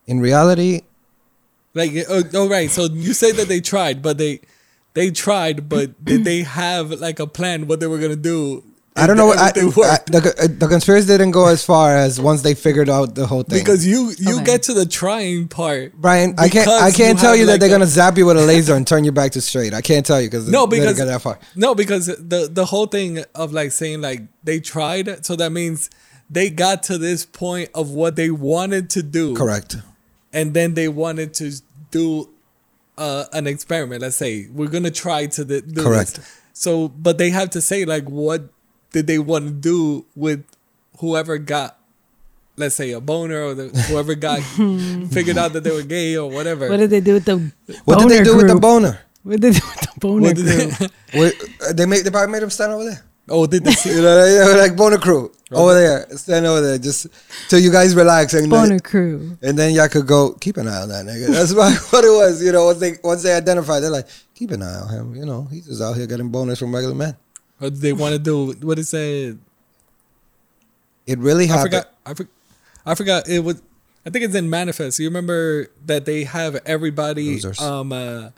C: In reality,
B: Like, oh, oh, right. So you say that they tried, but they they tried,
C: *clears throat*
B: but did they have like a plan what they were gonna do?
C: I don't know. What, I, I,
B: Everything worked.
C: the, uh, the conspiracy didn't go as far as once they figured out the whole thing.
B: because you you
A: Okay.
B: get to the trying part.
C: Brian, I can't. I
B: because
C: can't
B: you
C: tell
B: have
C: you that
B: like
C: they're
B: a-
C: gonna zap you with a laser and turn you back to straight. I can't tell you because
B: no
C: they
B: because
C: didn't get that far.
B: no because the the whole thing of like saying like they tried so that means they got to this point of what they wanted to do
C: Correct.
B: and then they wanted to do uh, an experiment let's say we're gonna try to the, do
C: Correct.
B: this. so but they have to say like what did they want to do with whoever got let's say a boner or the, whoever
A: *laughs*
B: got figured out that they were gay or whatever
A: What did they do with the
C: What did they
A: boner
C: do with the
A: group?
C: boner?
A: What did they do with the boner
B: What did
A: group?
B: they- *laughs*
C: What, uh, they made. They probably made him stand over there. *laughs*
B: oh did they see
C: You know, they were like boner crew over there. Stand over there, just till you guys relax and
A: Boner
C: then,
A: crew.
C: and then y'all could go keep an eye on that nigga. That's *laughs* why what it was. You know, once they once they identified, they're like keep an eye on him. You know, he's just out here getting boners from regular men.
B: or did they want to do what is it
C: It really
B: I
C: happened.
B: forgot. I, for, I forgot. It was. I think it's in manifest. You remember that they have everybody.
C: Losers.
B: Um. Uh,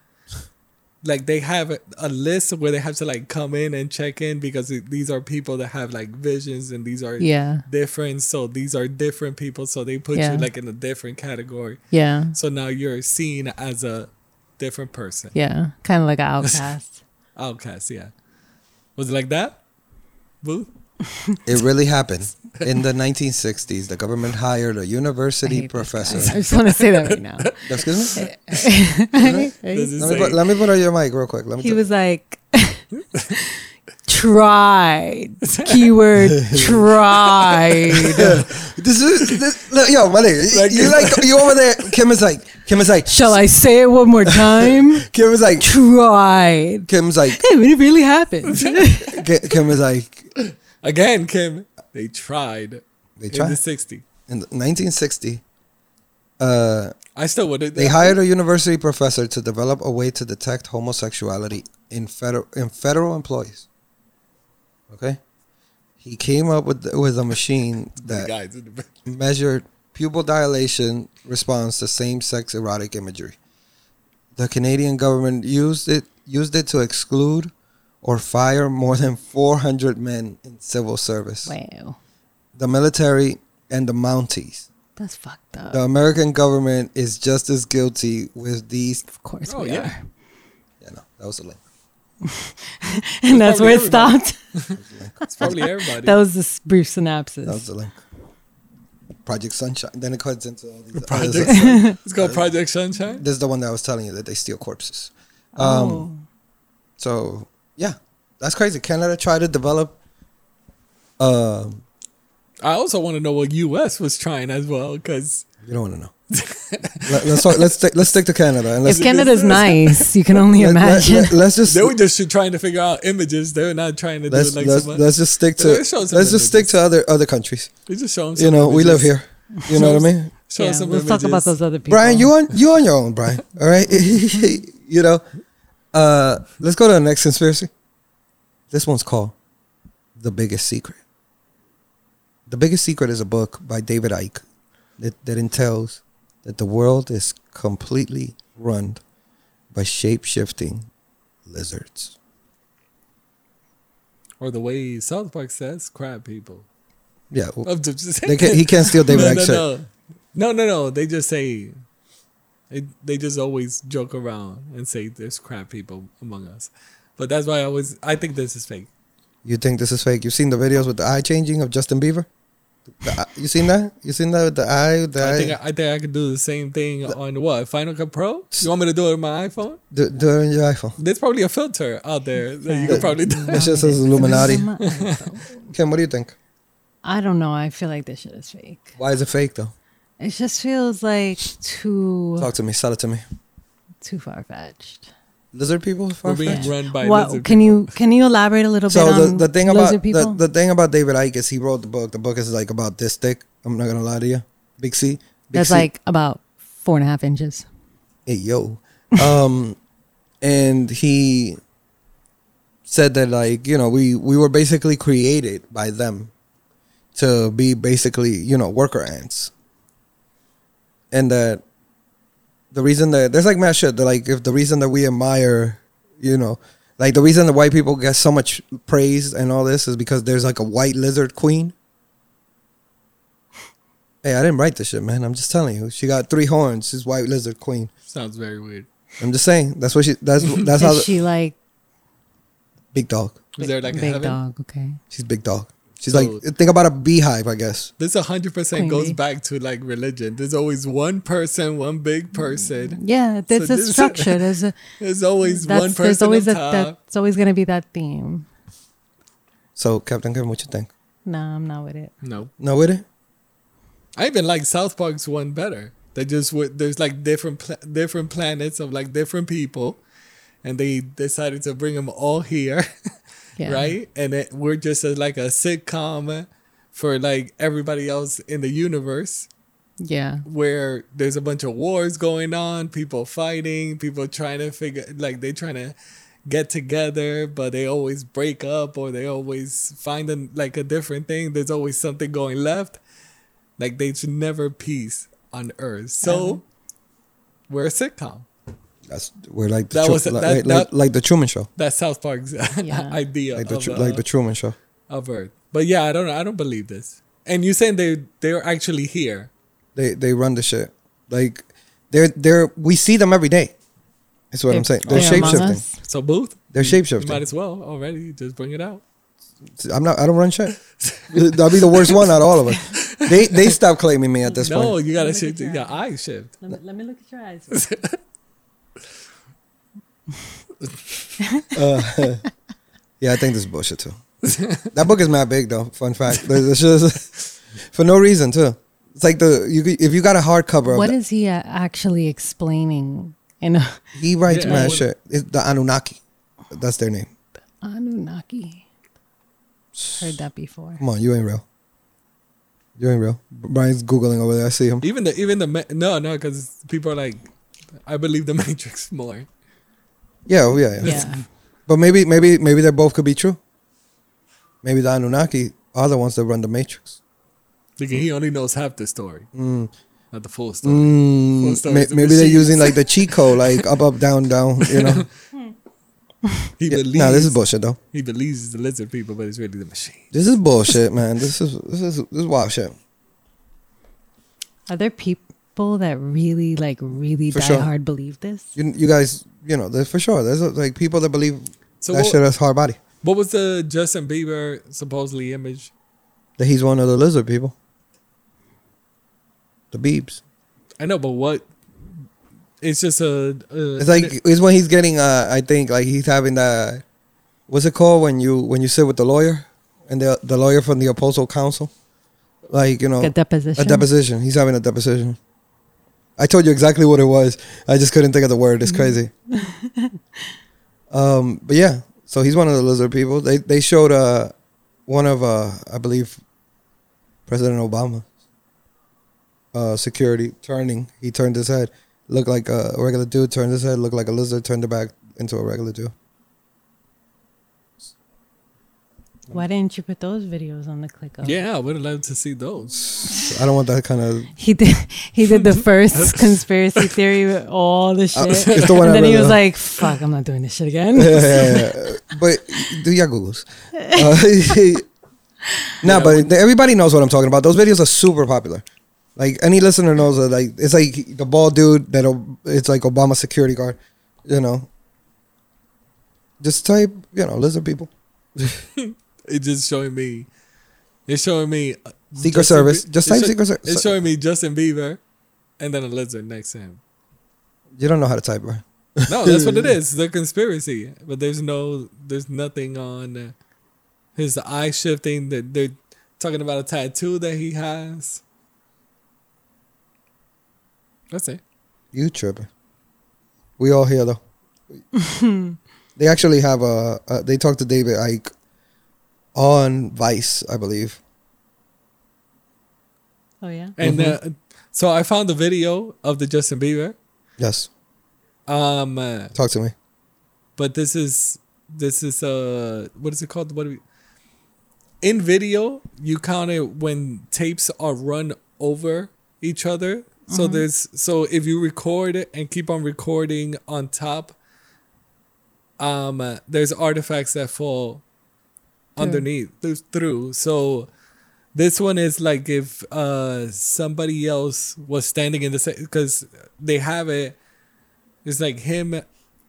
B: like they have a list where they have to like come in and check in because it- these are people that have like visions and these are
A: Yeah.
B: different. So these are different people. So they put
A: Yeah.
B: you like in a different category.
A: Yeah.
B: So now you're seen as a different person.
A: Yeah. Kind of like an outcast.
B: Outcast. Yeah. Was it like that? Boo.
C: It really happened. In the *laughs* 1960s, the government hired
A: I
C: a university
A: hate this *laughs*
C: professor.
A: I just want to say that
C: *laughs*
A: right now. *laughs*
C: Excuse me?
B: Does it
C: Let me,
B: say-
C: put, let me put on your mic real quick. Let me
A: he
C: t-
A: was like *laughs* tried keyword tried
C: *laughs* this is, this, look,
A: *laughs*
C: yo, my nigga, you- you like, you over there, Kim is like, Kim is like,
A: shall i say it one more time
C: Kim is like,
A: tried
C: Kim's like,
A: hey, but it really happened *laughs*
C: Ki- Kim is like,
B: Again, Kim. They tried.
C: they
B: In the
C: tried.
B: sixty.
C: In the 1960, uh,
B: I still wouldn't. *laughs*
C: they hired a university professor to develop a way to detect homosexuality in federal, in federal employees. Okay? He came up with, with a machine
B: the
C: that
B: guys. in
A: *laughs*
B: the-
C: measured pupil dilation response to same-sex erotic imagery. The Canadian government used it used it to exclude or fire more than 400 men in civil service,
A: wow
C: the military, and the Mounties.
A: that's fucked up
C: The American government is just as guilty with these.
A: of course
B: Oh,
A: we
B: yeah.
A: are
C: Yeah, no, that was a link.
A: *laughs* and that's where it
B: Everybody.
A: stopped *laughs*
B: It's probably everybody.
A: that was this brief
C: That was
A: synopsis
C: the link. Project Sunshine. Then it cuts into all these. *laughs*
B: Project
C: others.
B: Sun- Let's go, Project Sunshine.
C: this is the one that I was telling you that they steal corpses. Um,
A: oh.
C: So yeah, that's crazy. Canada tried to develop. Um,
B: I also want to know what U.S. was trying as well, because
A: *laughs*
C: you don't want to know. Let, us talk, let's stick- let's stick to Canada and let's
A: if Canada's nice, you can
C: *laughs*
A: only imagine. *laughs*
C: us just
B: They were just trying to figure out images. They were not trying to
C: let's
B: do it like
C: let's,
B: so much.
C: let's just stick to
B: Let's show some
C: let's just stick to other other countries.
B: They just show 'em
C: You
B: some
C: know, we live
B: images.
C: here. You know what
A: *laughs*
C: I mean?
B: Show 'em
A: yeah,
B: some
A: let's talk about
B: images.
A: those other people.
C: Brian, you on you on your
B: *laughs*
C: own, Brian. All right, *laughs* you know. Uh, let's go to the next conspiracy. This one's called "The Biggest Secret." The Biggest Secret is a book by David Icke that, that entails that the world is completely run by shape shifting lizards.
B: Or the way South Park says, crab people.
C: Yeah, w-
B: I'm just-
C: they can,
B: *laughs*
C: he can't steal David
B: no,
C: Icke's
B: no,
C: shirt.
B: no. no, no, no. They just say, they, they just always joke around and say there's crap people among us. But that's why I always, I think this is fake.
C: You think this is fake? You've seen the videos with the eye changing of Justin Bieber. The eye- you seen that? You seen that with the eye? The
B: I
C: eye?
B: think I, I think I could do the same thing on what Final Cut Pro. You want me to do it on my iPhone?
C: do, do it on your
A: *laughs*
C: iPhone.
B: There's probably a filter out there that you could probably do.
C: *laughs* That shit says Illuminati.
A: Illuminati.
C: Kim, what do you think?
A: I don't know. I feel like this shit is fake.
C: Why is it fake though?
A: It just feels like too
C: Talk to me. Sell it to me.
A: too far fetched.
C: Lizard people.
B: We're
C: Far
B: being
C: fetched?
B: run by
A: What
B: lizard
A: can you can you elaborate a little bit
C: So
A: on
C: the, the thing
A: lizard
C: about the,
A: people?
C: the thing about David Icke is he wrote the book. The book is like about this thick. I'm not gonna lie to you. Big C. Big
A: That's
C: C.
A: like about four and a half inches.
C: hey yo um and he said that like you know we we were basically created by them to be basically you know worker ants and that the reason that there's like mad shit that like if the reason that we admire you know like the reason that white people get so much praise and all this is because there's like a white lizard queen hey i didn't write this shit man i'm just telling you she got three horns she's white lizard queen
B: sounds very weird.
C: I'm just saying. That's what she.
A: *laughs*
C: That's that's how
A: Is
C: the,
A: she like
C: big dog.
B: Is there like a
A: big
B: heaven?
A: dog? Okay.
C: She's big dog. She's
B: So-
C: like think about a beehive, I guess.
B: This hundred percent
A: Queen
B: goes
A: bee.
B: back to like religion. There's always one person, one big person.
A: Yeah, there's
B: So
A: a
B: this-
A: structure. There's
B: *laughs*
A: a
B: There's always one
A: Mm. that's
B: person
A: there's always
B: on
A: a,
B: top.
A: that's always gonna be that theme.
C: So Captain Kevin, what you think?
A: Nah, I'm not with it.
B: No,
C: No with it?
B: I even like South Park's one better. They just would there's like different pla- different planets of like different people, and they decided to bring them all here, *laughs*
A: Yeah.
B: right? And it, we're just a, like a sitcom for like everybody else in the universe,
A: Yeah.
B: where there's a bunch of wars going on, people fighting, people trying to figure like they trying to get together, but they always break up or they always find a, like a different thing. There's always something going left. Like there's never peace on earth. So
A: Uh-huh.
B: we're a sitcom.
C: That's we're like the
B: That
C: Tru-
B: was-
C: like,
B: that-
C: like,
B: that-
C: like the Truman Show,
B: That's South Park's *laughs*
A: Yeah.
B: idea
C: like the
B: of,
C: Tru-
B: uh,
C: like the Truman Show.
B: of Earth. But yeah, I don't I don't believe this. And you saying they they're actually here.
C: They they run the shit. Like they're they're we see them every day. That's what I'm saying. They're
A: They're
C: shape
A: among
C: shifting.
A: us.
B: So Booth,
C: They're shape
B: you might
C: shifting.
B: as well already just bring it out.
C: I'm not. I
B: *laughs*
C: don't run shit. That'll be the worst one out of all of us. They they stop claiming me at this
B: No,
C: point.
B: you gotta
A: Look at
B: shift
A: that.
B: your eye shift.
A: Let me, let me look at your eyes.
C: Yeah, I think this is bullshit too. that book is not big though. Fun fact. There's- It's just *laughs* for no reason too. It's like the you could- if you got a hardcover.
A: what
C: of
A: is he uh, actually explaining in a *laughs*
C: the, he writes
B: Yeah.
C: mad
B: What-
C: shit. It's the Anunnaki. That's their name.
A: Anunnaki? Heard that before.
C: Come on, you ain't real. You ain't real. Brian's googling over there. I see him.
B: Even the even the ma- no no because people are like, I believe the *laughs* Matrix more.
C: Yeah, oh, yeah, yeah,
A: Yeah.
C: But maybe, maybe, maybe they both could be true. Maybe the Anunnaki are the ones that run the Matrix.
B: Like he only knows half the story, not the full story.
C: Mm,
B: Full story
C: may-
B: is the
C: maybe they're
B: machines.
C: using like the cheat code, like up, up, down, down. You
B: *laughs*
C: know.
B: He
C: Mm. yeah.
B: believes.
C: Nah, this is bullshit though.
B: He believes it's the lizard people, but it's really the machine.
C: This is bullshit, man. This is this is this is wild shit.
A: Are there people that really like really
C: For
A: die
C: sure.
A: hard believe this?
C: You, you guys, you know, there's for sure. There's like people that believe
B: So
C: that
B: what-
C: shit is hard body.
B: What was the Justin Bieber supposedly image?
C: That he's one of the lizard people. The beebs.
B: I know, but what? It's just a. a
C: It's like it's when he's getting. Uh, I think like he's having that. What's it called when you when you sit with the lawyer and the the lawyer from the Apostle Council, like you know
A: Like a deposition?
C: A deposition. He's having a deposition. I told you exactly what it was. I just couldn't think of the word. It's crazy. um, but yeah, so he's one of the lizard people. They they showed uh one of uh I believe President Obama uh security turning. He turned his head. Looked like a regular dude. Turned his head. Looked like a lizard. Turned it back into a regular dude.
A: Why didn't you put those videos on the ClickUp?
B: Yeah, I would have loved to see those.
C: So I don't want that kind of.
A: He did. *laughs* He did the first *laughs* conspiracy theory with all the shit,
C: Uh, it's the one I
A: and then he
C: really
A: was
C: love.
A: like, "Fuck, I'm not doing this shit again."
C: Yeah, yeah, yeah. *laughs* but do your googles. Uh, *laughs* no, but everybody knows what I'm talking about. Those videos are super popular. Like any listener knows that. Like it's like the bald dude that O- it's like Obama security guard. You know, just type you know lizard people
B: It's just showing me. It's showing me uh,
C: Secret
B: Justin
C: Service.
B: Bie-
C: Just
B: it's
C: type
B: show-
C: Secret Service.
B: It's showing me Justin Bieber, and then a lizard next to him.
C: You don't know how to type, bro.
B: No, that's what it is. The conspiracy, but there's no, there's nothing on uh, his eye shifting. That they're talking about a tattoo that he has. That's it.
C: You tripping? We all here though. they actually have a. Uh, they talked to David Ike on Vice, I believe.
A: oh yeah.
B: And
C: Mm-hmm.
B: uh, so I found the video of the Justin Bieber.
C: Yes,
B: Um, uh,
C: talk to me.
B: but this is this is uh what is it called? What do we in video you count it when tapes are run over each other. So there's so if you record and keep on recording on top, um, uh, there's artifacts that fall underneath th- through. So this one is like if uh somebody else was standing in the same because they have it. It's like him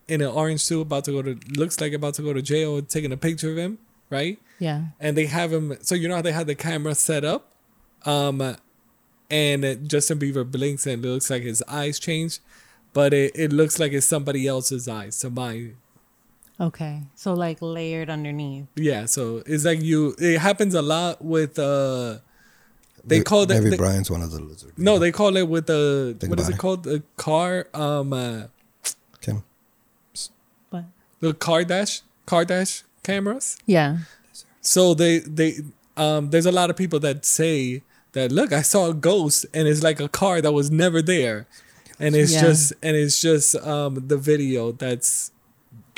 B: in an orange suit, about to go to looks like about to go to jail, taking a picture of him, right?
A: Yeah.
B: And they have him. So you know how they had the camera set up, um, and Justin Bieber blinks and it looks like his eyes change, but it, it looks like it's somebody else's eyes. So my
A: Okay. So like layered underneath.
B: yeah. So it's like you. It happens a lot with uh, they call that
C: Maybe
B: they-
C: Brian's one of the lizard.
B: no, they call it with the
C: Think
B: what is
C: about
B: it
C: it.
B: called? The car um. Uh,
C: Kim.
A: But
B: the car dash car dash cameras
A: yeah.
B: so they they um there's a lot of people that say that look i saw a ghost and it's like a car that was never there and it's
A: Yeah.
B: just and it's just um the video that's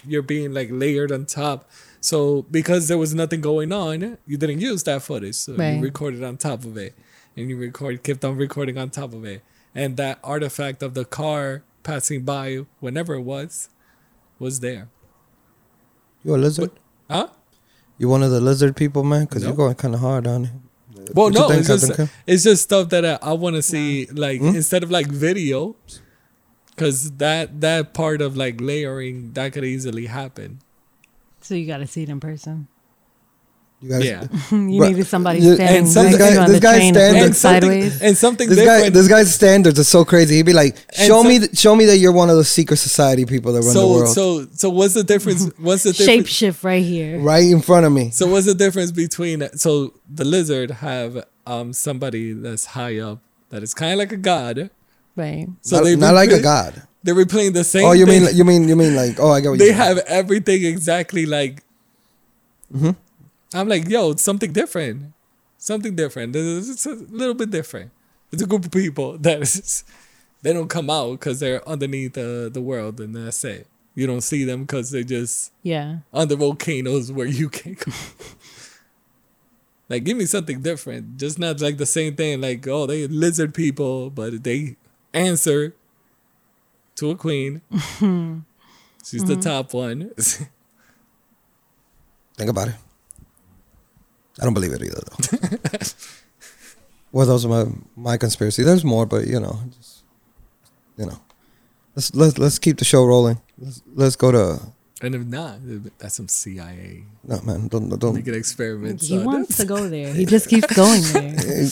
B: you're being like layered on top so because there was nothing going on you didn't use that footage so you
A: Right.
B: recorded on top of it and you record kept on recording on top of it and that artifact of the car passing by whenever it was was there
C: You a lizard?
B: huh
C: You one of the lizard people, man? Because
B: No.
C: you're going kind of hard on it.
B: Well,
C: What you
B: no,
C: think,
B: it's just,
C: Captain Mm-hmm. Kim?
B: it's just stuff that I, I want to see,
A: Mm-hmm.
B: like instead of like video, because that that part of like layering that could easily happen.
A: So you got to see it in person.
C: You guys, *laughs*
B: Yeah,
A: Mm, you
C: But-
A: needed somebody
C: Yeah,
A: standing
B: and some
A: next
B: guy-
A: to you on
C: this
A: the
C: guy
A: train
C: standing-
A: looking
B: and
C: And
A: sideways.
B: something
C: *laughs*
B: and something
C: This guy,
B: different.
C: this guy's standards are so crazy. He'd be like,
B: And
C: "Show
B: so-
C: me, th- show me that you're one of the secret society people that run the
B: so
C: world,
B: so so what's the
A: *laughs*
B: difference? What's the
A: Shape
B: difference?
A: shift right here.
C: right in front of me."
B: So what's the difference between so the lizard have um somebody that's high up that is kind of like a god.
A: Right.
B: So
C: not,
B: they
C: not like a
B: repli-
C: god.
B: They're replaying the same.
C: Oh, you mean,
B: thing.
C: you mean, you mean like, oh, I get what
B: they
C: you mean.
B: have everything exactly like. I'm like, yo, it's something different, something different. This is- It's a little bit different. It's a group of people *laughs* that is, they don't come out because they're underneath uh, the world, and that's it. You don't see them because they're just
A: Yeah.
B: under volcanoes where you can't go. like, give me something different, just not like the same thing. Like, oh, they lizard people, but they answer to a queen.
A: *laughs*
B: She's
A: Mm-hmm.
B: the top one. *laughs*
C: Think about it. I don't believe it either, though. *laughs* well, those are my my conspiracy. There's more, but you know, just you know, let's let's let's keep the show rolling. Let's let's go to
B: and if not, that's some CIA.
C: no man. Don't don't.
B: They get experiments.
A: He
B: on
A: wants to
B: it.
A: go
C: *laughs*
A: there. He just keeps going there.
B: *laughs*
C: Eh,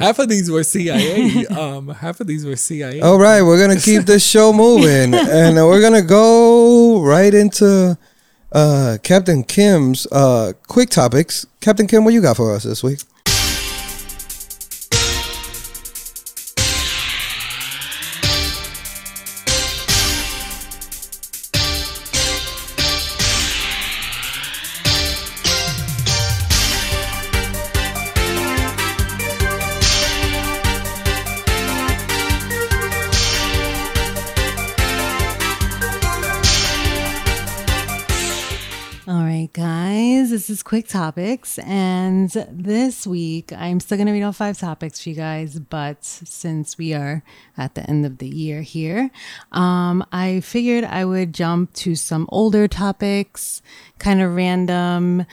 B: half of these were
A: *laughs*
B: CIA. um, half of these were CIA.
C: All right, we're gonna keep this show moving, and we're gonna go right into uh, Captain Kim's uh, quick topics. Captain Kim, what you got for us this week?
A: guys. This is Quick Topics. And this week, I'm still going to read all five topics for you guys. But since we are at the end of the year here, um, I figured I would jump to some older topics, kind of random,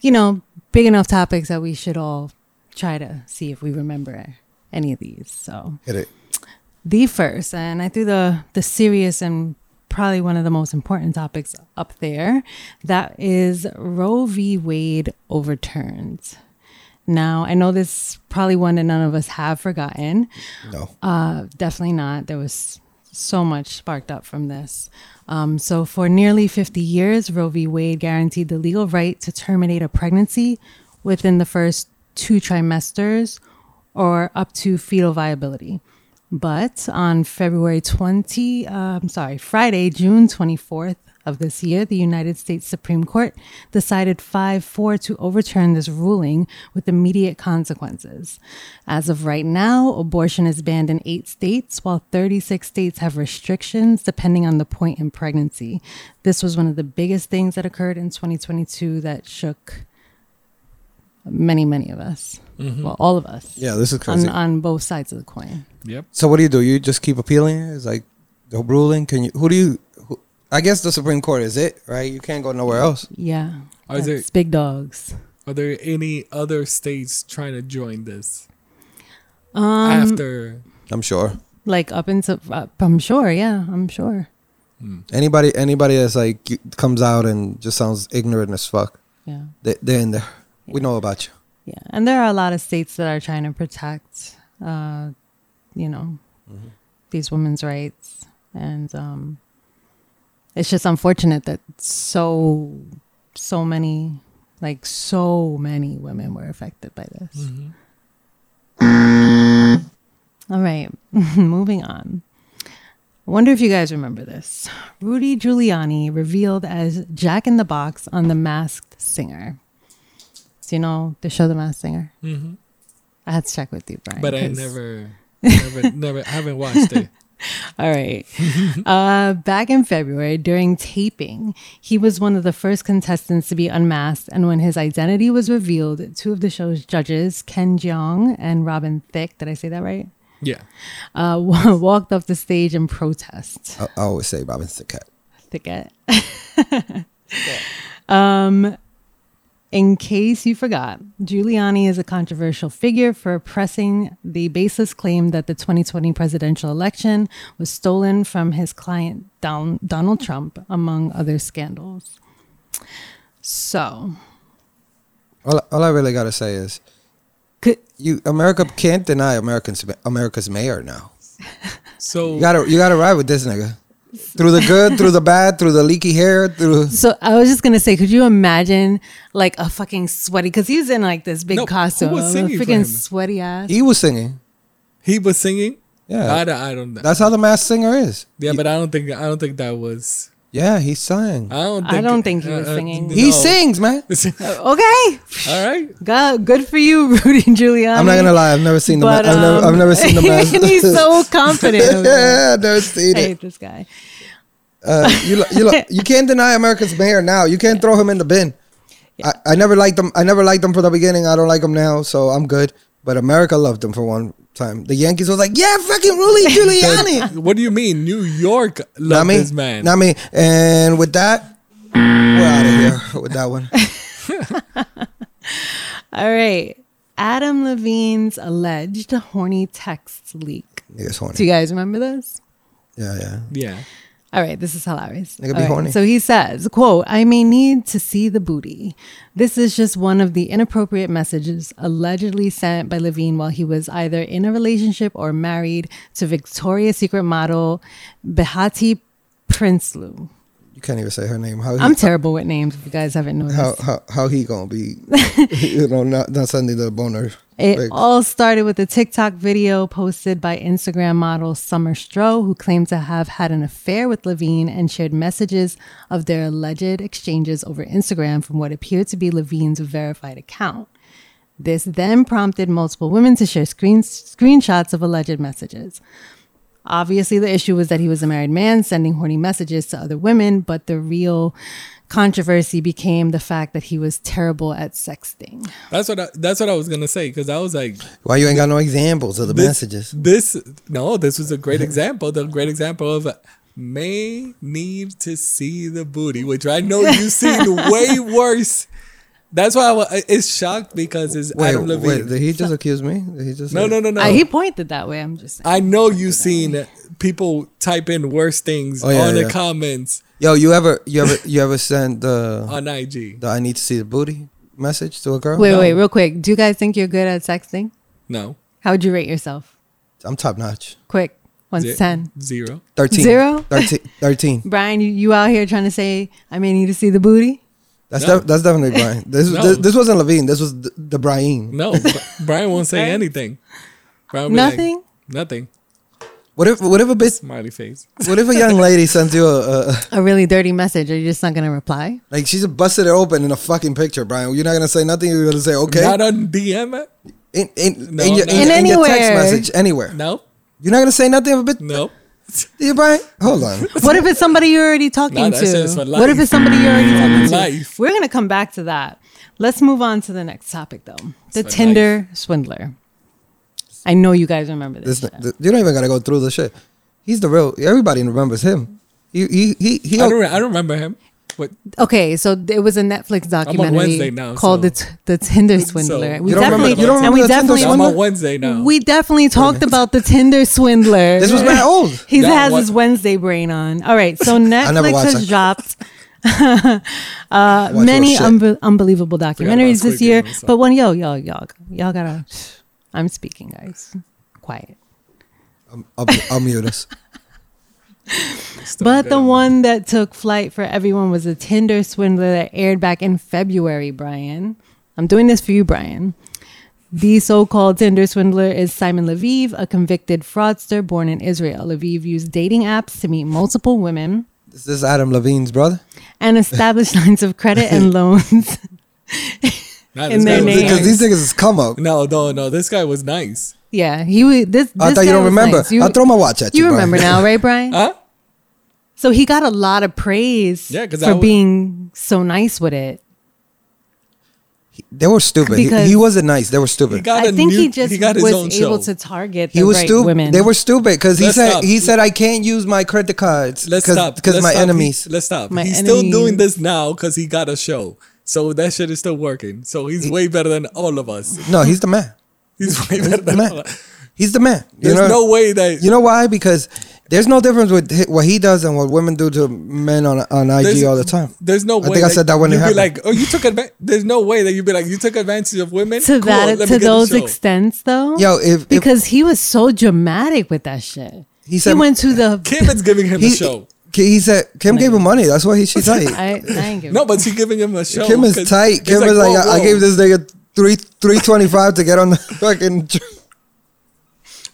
A: you know, big enough topics that we should all try to see if we remember any of these. So
C: Hit it.
A: the first, and I threw the the serious and probably one of the most important topics up there. That is Roe v. Wade overturned. Now, I know this is probably one that none of us have forgotten.
C: No.
A: Uh, definitely not. There was so much sparked up from this. Um, so, for nearly 50 years, Roe v. Wade guaranteed the legal right to terminate a pregnancy within the first two trimesters or up to fetal viability. But on February 20, uh, I'm sorry, Friday, June 24th of this year, the United States Supreme Court decided 5 4 to overturn this ruling with immediate consequences. As of right now, abortion is banned in eight states, while 36 states have restrictions depending on the point in pregnancy. This was one of the biggest things that occurred in 2022 that shook many, many of us. Well, all of us.
C: Mm-hmm. Yeah, this is
A: On,
C: crazy.
A: on both sides of the coin.
B: Yep.
C: so what do you do? You just keep appealing it? It's like the ruling. Can you? Who do you? Who, I guess the Supreme Court is it, right? You can't go nowhere else.
A: Yeah.
B: Are there-
A: that's big dogs.
B: Are there any other states trying to join this?
A: Um,
B: After
C: I'm sure.
A: Like up into, up, I'm sure. Yeah, I'm sure.
C: Anybody, anybody that's like you- comes out and just sounds ignorant as fuck.
A: Yeah.
C: They, they're in there. We know about you.
A: Yeah. And there are a lot of states that are trying to protect, uh, you know,
B: Mm-hmm.
A: these women's rights. And um, it's just unfortunate that so, so many, like so many women were affected by this.
B: Mm-hmm.
A: All right, *laughs* moving on. I wonder if you guys remember this. Rudy Giuliani revealed as Jack in the Box on The Masked Singer. So you know the show The Masked Singer? Mm-hmm. I had to check with you, Brian.
B: but I
A: 'cause- *laughs*
B: never, never, never haven't watched it.
A: all right. *laughs* uh, back in February, during taping, he was one of the first contestants to be unmasked. And when his identity was revealed, two of the show's judges, Ken Jeong and Robin Thicke, did I say that right?
B: Yeah.
A: Uh, *laughs* wa- walked off the stage in protest.
C: I, I always say Robin's the cat.
A: Thicket. um,
B: *laughs*
A: in case you forgot, Giuliani is a controversial figure for pressing the baseless claim that the 2020 presidential election was stolen from his client Don- Donald Trump, among other scandals. So,
C: All, all I really gotta say is,
A: could,
C: you America can't deny Americans America's mayor now.
B: So
C: You gotta you gotta ride with this nigga through the good, through the bad, through the leaky hair, through.
A: so I was just gonna say, could you imagine like a fucking sweaty? Because he's in like this big
B: No, who
A: costume,
B: was
A: a
B: singing for him?
A: freaking sweaty ass.
C: He was singing.
B: he was singing.
C: Yeah.
B: I don't. I don't know.
C: That's how the mass singer is.
B: yeah, but I don't think. I don't think that was.
C: Yeah, he sang.
B: I don't.
A: I
B: Think, uh,
A: don't think he was singing.
C: He
B: no.
C: sings, man.
A: Okay,
B: *laughs* All right.
A: God, good for you, *laughs* Rudy Giuliani.
C: I'm not gonna lie. I've never seen the. Ma-
A: But,
C: I've, never, I've
A: um, *laughs*
C: never seen the mass.
A: and he's
C: *laughs*
A: so confident. over it.
C: yeah, I've never seen
A: I
C: it.
A: hate this guy.
C: Uh, you, lo- you,
A: *laughs*
C: lo- you can't deny America's mayor now. You can't throw him in the bin. I, I never liked them. I never liked them from the beginning. I don't like them now, so I'm good. But America loved them for one time. The Yankees was like, yeah,
A: *laughs*
C: fucking Rudy Giuliani.
B: What do you mean? New York
C: not
B: loved
C: me,
B: this man.
C: not me. And with that, we're out of here with that
A: *laughs*
C: one.
A: All right. Adam Levine's alleged horny text leak.
C: Niggas
A: Do
C: horny.
A: you guys remember this?
C: Yeah, yeah.
B: yeah.
A: All right, this is hilarious.
C: Nigga be
A: All right,
C: horny.
A: So he says, quote, I may need to see the booty. This is just one of the inappropriate messages allegedly sent by Levine while he was either in a relationship or married to Victoria's Secret model Behati Prinsloo.
C: You can't even say her name. How he, *laughs*
A: I'm terrible with names if you guys haven't noticed.
C: how, how how he
A: *laughs*
C: gonna be? you know, not not sending the boner.
A: It
C: Like,
A: all started with a TikTok video posted by Instagram model Summer Stroh, who claimed to have had an affair with Levine and shared messages of their alleged exchanges over Instagram from what appeared to be Levine's verified account. This then prompted multiple women to share screen- screenshots of alleged messages. Obviously, the issue was that he was a married man sending horny messages to other women, but the real controversy became the fact that he was terrible at sexting.
B: That's what I, that's what I was gonna say because I was like,
C: Why you ain't got no examples of the
B: this-
C: messages?
B: This no, this was a
C: *laughs*
B: great example. The great example of may need to see the booty, which I know
C: *laughs*
B: you've seen way worse. That's why I, wa- it's shocked because it's
C: Wait,
B: Adam Levine.
C: wait, Oh. did he just accuse me? Did he just
B: no, no, no, no.
A: Uh, he pointed that way. I'm just saying.
B: I know you've seen people type in worse things
C: Oh, yeah,
B: on the
C: yeah.
B: comments
C: Yo, you ever, you ever, you ever sent the,
B: on IG.
C: the I need to see the booty message to a girl?
A: wait,
B: Oh, no.
A: wait, real quick. Do you guys think you're good at sexting?
B: No,
A: How would you rate yourself?
C: I'm top notch.
A: Quick, one
B: Ze-
A: to ten.
B: zero.
C: 13.
A: Zero?
C: 13. 13.
A: Brian, you, you out here trying to say I may need to see the booty?
C: That's,
B: No.
C: def- that's definitely Brian. This,
B: No.
C: this, this wasn't Levine. This was the, the Brian. *laughs*
B: No, Bri- Brian won't say anything. Brian will be like,
A: Nothing?
B: nothing.
C: What if, what if a bitch,
B: Smiley face.
C: what if a young lady sends you a, a
A: A really dirty message? Are you just not gonna
B: *laughs*
A: reply?
C: like she's busted it open in a fucking picture, Brian? You're not gonna say nothing. You're gonna say okay.
B: Not on DM. eh?
C: in, in,
B: No,
C: in, your,
B: no.
C: in,
A: In
C: in your text
A: anywhere.
C: message anywhere.
B: No,
C: You're not gonna say nothing of a bitch.
B: no.
C: Yeah, Brian.
B: *laughs*
C: Hold on.
A: What if it's somebody you're already talking
B: Nah, that shit's for
A: to? What if
B: life.
A: it's somebody you're already talking
B: life.
A: to? We're gonna come back to that. Let's move on to the next topic though. The
B: for
A: Tinder swindler. I know you guys remember this.
C: This,
A: shit.
C: th- you don't even gotta go through the shit. He's the real. Everybody remembers him. He he he. he
B: I don't. re- I don't remember him. What?
A: Okay, so th- it was a Netflix documentary
B: Wednesday now,
A: called
B: so-
A: the, t- the Tinder Swindler.
B: You
C: don't remember- you don't
A: and we
C: remember the Tinder
A: definitely,
B: No, I'm
C: Swindler?
B: on Wednesday now.
A: we definitely talked about the Tinder Swindler.
C: this was mad old.
A: *laughs* He
B: That
A: has
B: one-
A: his Wednesday brain on. All right,
C: *laughs*
A: so
C: never
A: Netflix
C: watched
A: has
C: that.
A: dropped *laughs* uh,
C: your
A: many
C: shit.
A: unbe- unbelievable documentaries
B: Squid
A: this year.
B: Game also.
A: But one, yo, yo, y'all, y'all gotta. I'm speaking, guys. Quiet.
C: I'll, I'll mute us.
A: But the one that took flight for everyone was a Tinder swindler that aired back in February, Brian. I'm doing this for you, Brian. The so called Tinder swindler is Simon Lviv, a convicted fraudster born in Israel. Lviv used dating apps to meet multiple women
C: This is Adam Levine's brother.
A: and establish *laughs* lines of credit
C: *laughs*
A: and loans. *laughs*
B: Nah,
A: in
B: this
A: their
B: guy was
A: name.
C: Because
B: nice.
C: these niggas is come up.
B: No, no, no. This guy was nice.
A: yeah, he was this.
C: I
A: this
C: thought you
A: guy
C: don't
A: was
C: remember.
A: nice. You-
C: I'll throw my watch at you.
A: you remember
C: Brian.
A: now, right, Brian?
B: Huh?
A: So he got a lot of praise
B: Yeah, 'cause I
A: for
B: was-
A: being so nice with it.
C: *laughs* They were stupid. He,
A: Because-
C: he wasn't nice. They were
B: He
C: stupid.
B: got
A: I
B: a
A: think
B: new-
A: he just
B: got his
A: was
B: own
A: able
B: show.
A: to target the
C: he was
A: right
C: stupid.
A: women.
C: They were stupid because he
B: Let's
C: said
B: stop.
C: he said I can't use my credit cards.
B: Let's
C: cause,
B: stop.
C: because
B: Let's
C: my
B: stop. He-
C: enemies.
B: let's stop.
A: My
B: he's still doing
A: enemies.
B: this now because he got a show. So that shit is still working. So he's way better than all of us.
C: no, he's the man.
B: He's way better than
C: man.
B: all of us.
C: He's the
B: *laughs*
C: man. You
B: There's
C: know?
B: no way that
C: You know why? Because there's no difference with hi- what he does and what women do to men on on IG
B: There's-
C: all the time.
B: There's no way.
C: I think I said that when it
B: you'd be
C: happened.
B: like, oh, you took advantage. There's no way that you'd be like, you took advantage of women.
A: to
B: Cool,
A: that
B: let me
A: to
B: get the
A: those
B: show.
A: extents though.
C: Yo, if- if-
A: because he was so dramatic with that shit.
C: He
A: He,
C: said-
A: went to
B: *laughs*
A: the
B: Kim is giving him a show.
C: Ki- He said Kim gave him money. That's why he,
B: *laughs*
C: she's tight.
A: *laughs* *laughs* I, I ain't giving
B: No, but she's giving him a show.
C: Kim is
B: 'cause
C: tight.
B: he's
C: Kim is like,
B: whoa,
C: I, I
B: whoa.
C: gave this nigga three three twenty five to get on the *laughs* fucking. tr-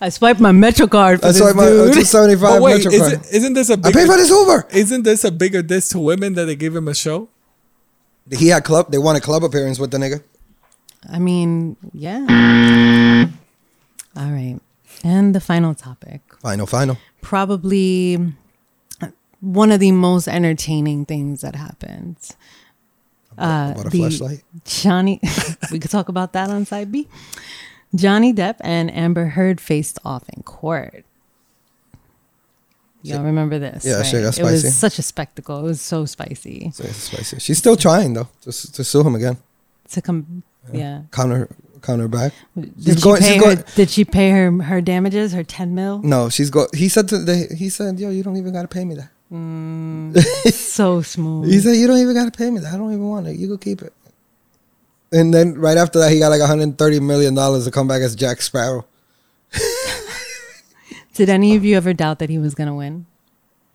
A: I swiped my Metro card for
C: That's why
A: this
C: my
B: uh,
C: uh,
A: dude.
C: two seventy five.
B: But wait,
C: Metro card.
B: isn't, isn't this a
C: I
B: bigger,
C: paid for this Uber.
B: Isn't this a bigger diss to women that they gave him a show?
C: He had club. They wanted club appearance with the nigga.
A: I mean, yeah. All right. And the final topic.
C: Final, final.
A: Probably one of the most entertaining things that happened. Uh,
C: about a
A: the
C: flashlight? *laughs*
A: Johnny, we could talk about that on side B. Johnny Depp and Amber Heard faced off in court. Y'all remember this?
C: Yeah,
A: right?
C: shit got
A: It
C: spicy.
A: was such a spectacle. It was so spicy
C: So it's spicy. She's still trying though to, s- to sue him again.
A: to come. Yeah.
C: Counter, counter back.
A: Did she, pay her, did she pay her her damages, her 10
C: *laughs*
A: mil?
C: No, she's go. He said to the, he said, "Yo, you don't even gotta pay me that."
A: so smooth.
C: He said, "You don't even gotta pay me that. I don't even want it. You go keep it." And then right after that, he got like 130 million dollars to come back as Jack Sparrow.
A: Did any of you ever doubt that he was going to win?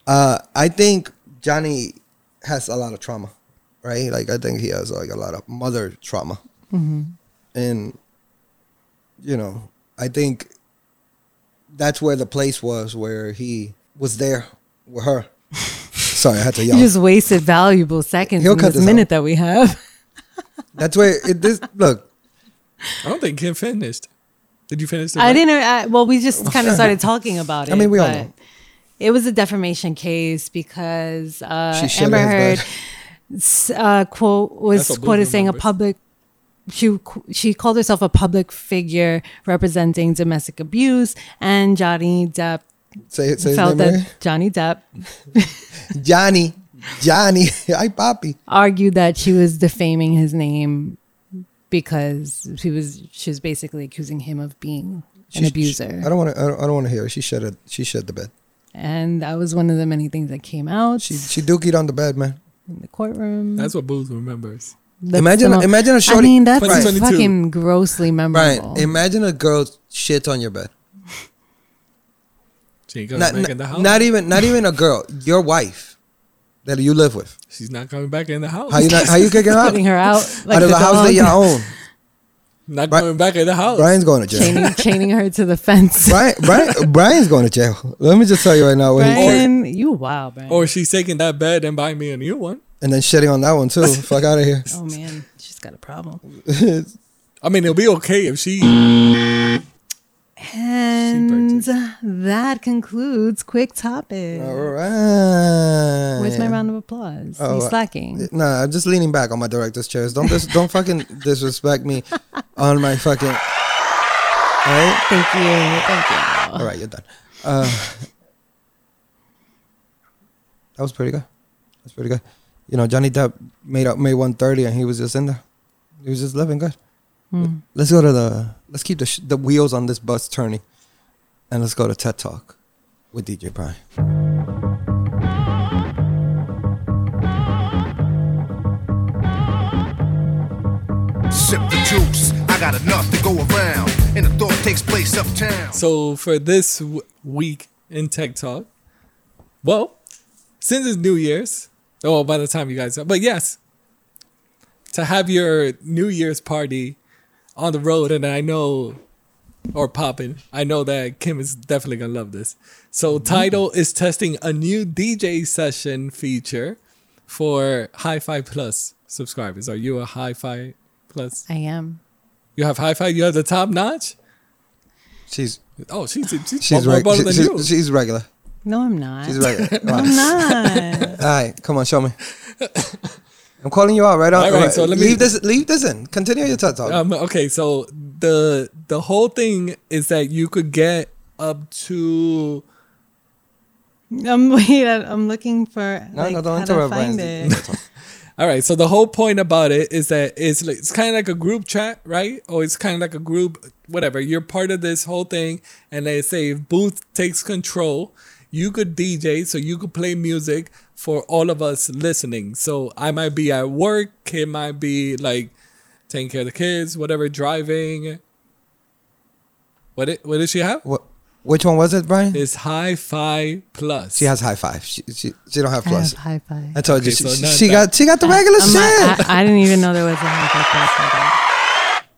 C: Uh, I think Johnny has a lot of trauma, right? Like I think he has like a lot of mother trauma,
A: Mm-hmm.
C: and you know, I think that's where the place was where he was there
A: *laughs*
C: with her. Sorry, I had to yell.
A: You just wasted valuable seconds
C: He'll
A: in
C: cut
A: this
C: this
A: minute
C: out.
A: that we have.
C: That's where it this look.
B: I don't think Kim finished. Did you finish? the
A: I
B: night?
A: didn't. I, well, we just
C: *laughs*
A: kind of started talking about it.
C: I mean, we all
A: but
C: know.
A: It was a defamation case because uh,
C: She shit
A: Amber
C: on his
A: Heard
C: bed.
A: s- uh, quote was
B: That's what
A: quoted
B: Bloomberg
A: saying a
B: numbers.
A: public. She she called herself a public figure representing domestic abuse, and Johnny Depp
C: Say, say his
A: felt
C: name
A: that
C: right?
A: Johnny Depp
C: Johnny. Johnny. *laughs* Hi, Poppy.
A: argued that she was defaming his name because she was she was basically accusing him of being an
C: She-
A: abuser.
C: I don't want to. I don't, I don't want to hear. It. She shed. A, she shed the bed.
A: and that was one of the many things that came out
C: She she dookied on the bed, man.
A: in the courtroom.
B: That's what Booth remembers.
A: That's
C: imagine-
A: some of-
C: imagine a
A: I
C: shorty-
A: mean, that's
B: 2022.
A: fucking grossly
C: Brian,
A: memorable.
C: imagine a girl shits on your bed.
B: She ain't coming
C: Not,
B: back
C: not,
B: in the house.
C: not even. Not even a girl. Your wife that you live with.
B: She's not coming back in the house.
C: How you not, how you kicking her out?
A: Putting her
C: *laughs*
A: out like
C: out of the,
A: the
C: house that
A: dog,
C: you own.
B: *laughs* not
C: Bri-
B: coming back in the house.
C: Brian's going to
A: *laughs*
C: jail. *laughs*
A: chaining, chaining her to the fence.
C: Brian, Brian, Brian's going to jail. Let me just tell you right now. When he,
A: *laughs* Brian, you wow, Brian.
B: Or she's taking that bed and buying me a new one.
C: and then shitting on that one too. Fuck out
A: *laughs*
C: of here.
A: oh man, she's got a problem.
B: I mean, it'll be okay if she.
A: And that concludes quick topic.
C: All right.
A: Where's my round of applause?
C: Oh,
A: you
C: uh,
A: slacking.
C: Nah, I'm just leaning back on my director's chairs. Don't dis- don't fucking disrespect me on my fucking. All right,
A: Thank you. Thank you.
C: all right, you're done. Uh, that was pretty good. That's pretty good. You know, Johnny Depp made up May 130, and he was just in there. He was just living good.
B: Hmm.
C: Let's go to the. Let's keep the sh- the wheels on this bus turning, and let's go to TED Talk with DJ Prime.
F: Sip the juice, I got enough to go around. And the thought takes place uptown.
B: So for this w- week in Tech Talk, well, since it's New Year's, oh, by the time you guys, but yes, to have your New Year's party on the road, and I know, or popping, I know that Kim is definitely gonna love this.
C: Mm-hmm.
B: So title is testing a new DJ session feature for Hi-Fi Plus subscribers. Are you a Hi-Fi Plus?
A: I am.
B: You have Hi-Fi. You have the top notch.
C: She's
B: Oh, she's she's,
C: she's
B: more
C: reg-
B: better than
C: she-
B: you.
C: she- she's regular.
A: No, I'm not.
C: She's regular.
B: *laughs*
C: Wow.
A: I'm not.
C: All right, come on, show me. I'm calling you out right on.
B: All right, so let me-
C: leave this. Leave this in. Continue your TED talk.
B: Um, okay, so the the whole thing is that you could get up to
A: I'm wait, I- I'm looking for
C: no,
A: like,
C: no, don't
A: how to
C: interrupt.
A: find
C: Brian.
A: it.
B: all right. So the whole point about it is that it's like, it's kind of like a group chat, right? Or it's kind of like a group, whatever. You're part of this whole thing, and they say if Booth takes control, you could DJ, so you could play music for all of us listening. So I might be at work, Kim might be like taking care of the kids, whatever, driving. What it, what does she have?
C: What, which one was it, Brian?
B: is Hi-Fi Plus.
C: She has high five. She she, she don't have
A: I have
C: plus.
A: high five.
C: I told you
B: Okay,
C: she,
B: so
C: she,
B: not
C: she
B: that-
C: got she got the regular
A: I'm not-
C: shit.
A: I, I didn't even know there was a high five.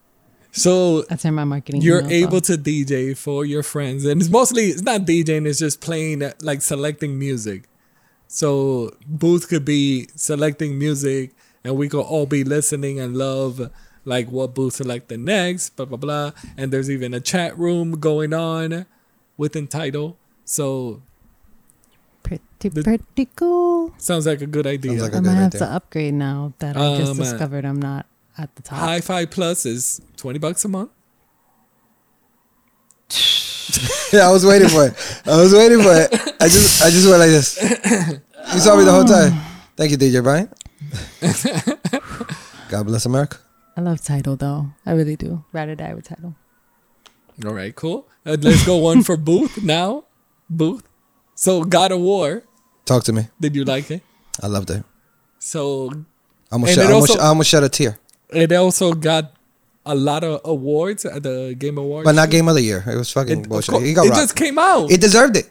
B: so
A: That's in my marketing.
B: you're
A: email,
B: able
A: though.
B: to DJ for your friends, and it's mostly it's not DJing; it's just playing uh, like selecting music. So Booth could be selecting music, and we could all be listening and love like what Booth selected next. Blah blah blah. And there's even a chat room going on within title. So
A: pretty
B: the-
A: pretty cool.
B: sounds like a good idea.
C: Sounds like a
A: I'm
C: good
A: gonna have
C: idea.
A: to upgrade now that I
B: Um,
A: just
B: uh,
A: discovered I'm not at the top.
B: Hi-Fi Plus is twenty bucks a month.
C: yeah, I was waiting for it. I was waiting for it. I just I just went like this. You saw me
A: Oh.
C: the whole time. Thank you, DJ Brian. God bless America.
A: I love title though. I really do. Rather die with title.
B: All right, cool. Uh, let's go one for Booth now. Booth. So God of War,
C: Talk to me.
B: did you like it?
C: I loved it.
B: So
C: I almost,
B: And it
C: shed, I, almost,
B: also-
C: I almost shed a tear,
B: it also got a lot of awards at the Game Awards.
C: but not Game of the Year. It was fucking
B: Of
C: bullshit.
B: course.
C: He got
B: it
C: robbed.
B: just came out.
C: It
B: It,
C: deserved it.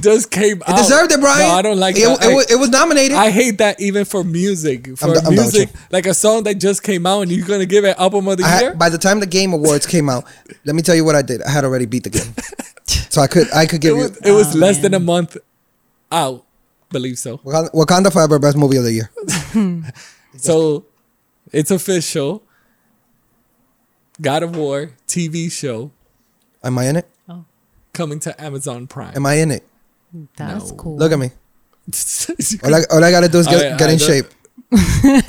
B: just came out.
C: It deserved it, Brian.
B: Oh. No, I don't like
C: it.
B: that.
C: It, wa- it was nominated.
B: I, I hate that even for music. For
C: done- I'm done with
B: music,
C: you.
B: like a song that just came out and you're going to give it album of the
C: I had-
B: year?
C: by the time the Game Awards came out, let me tell you what I did. I had already beat
B: *laughs*
C: the game, so I could I could
B: It
C: give you
B: was, it was less than a month out, believe so.
C: Wakanda, Wakanda Forever best movie of the year.
B: So it's official. God of War TV show
C: Am I in it?
B: coming to Amazon Prime. *laughs*
C: Am I in it?
A: That's
B: No.
A: cool.
C: Look at me.
B: You
C: All I, all I gotta do is get,
B: I-
C: get
B: I
C: in
B: don't-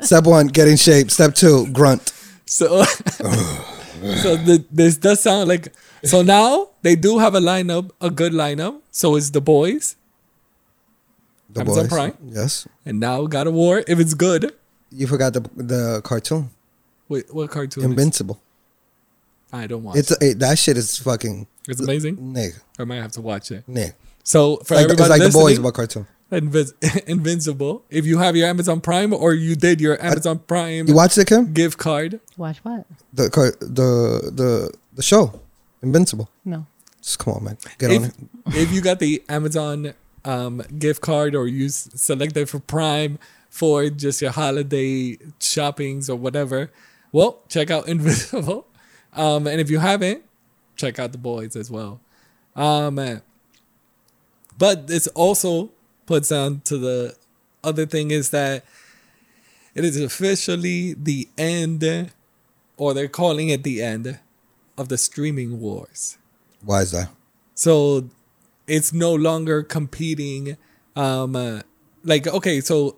B: *laughs*
C: Step one, get in shape. Step two, grunt.
B: So, *laughs* so the, this does sound like. So now they do have a lineup, a good lineup. So it's the boys,
C: The
B: Amazon Prime.
C: Yes.
B: and now God of War. If it's good,
C: You forgot the the cartoon,
B: wait, what cartoon? is-
C: Invincible.
B: I don't watch.
C: It's
B: It's,
C: a, it, that shit is fucking
B: it's amazing.
C: nigga,
B: I might have to watch it.
C: nigga.
B: So for
C: Like, it's
B: everybody
C: like the boys
B: listening,
C: about cartoon.
B: Invis- *laughs* Invincible. If you have your Amazon Prime or you did your Amazon Prime
C: You watched it, Kim?
B: gift card,
A: Watch what?
C: The car, the the the show, Invincible.
A: No.
C: Just come on, man. Get on
B: if,
C: it.
B: if you got the Amazon um, gift card or you s- selected for Prime for just your holiday shoppings or whatever, well, check out *laughs* Invisible. Um, and if you haven't, check out The Boys as well. Um, uh, but this also puts on to the other thing is that it is officially the end, or they're calling it the end, of the streaming wars.
C: Why is that?
B: So it's no longer competing. Um, uh, like okay, so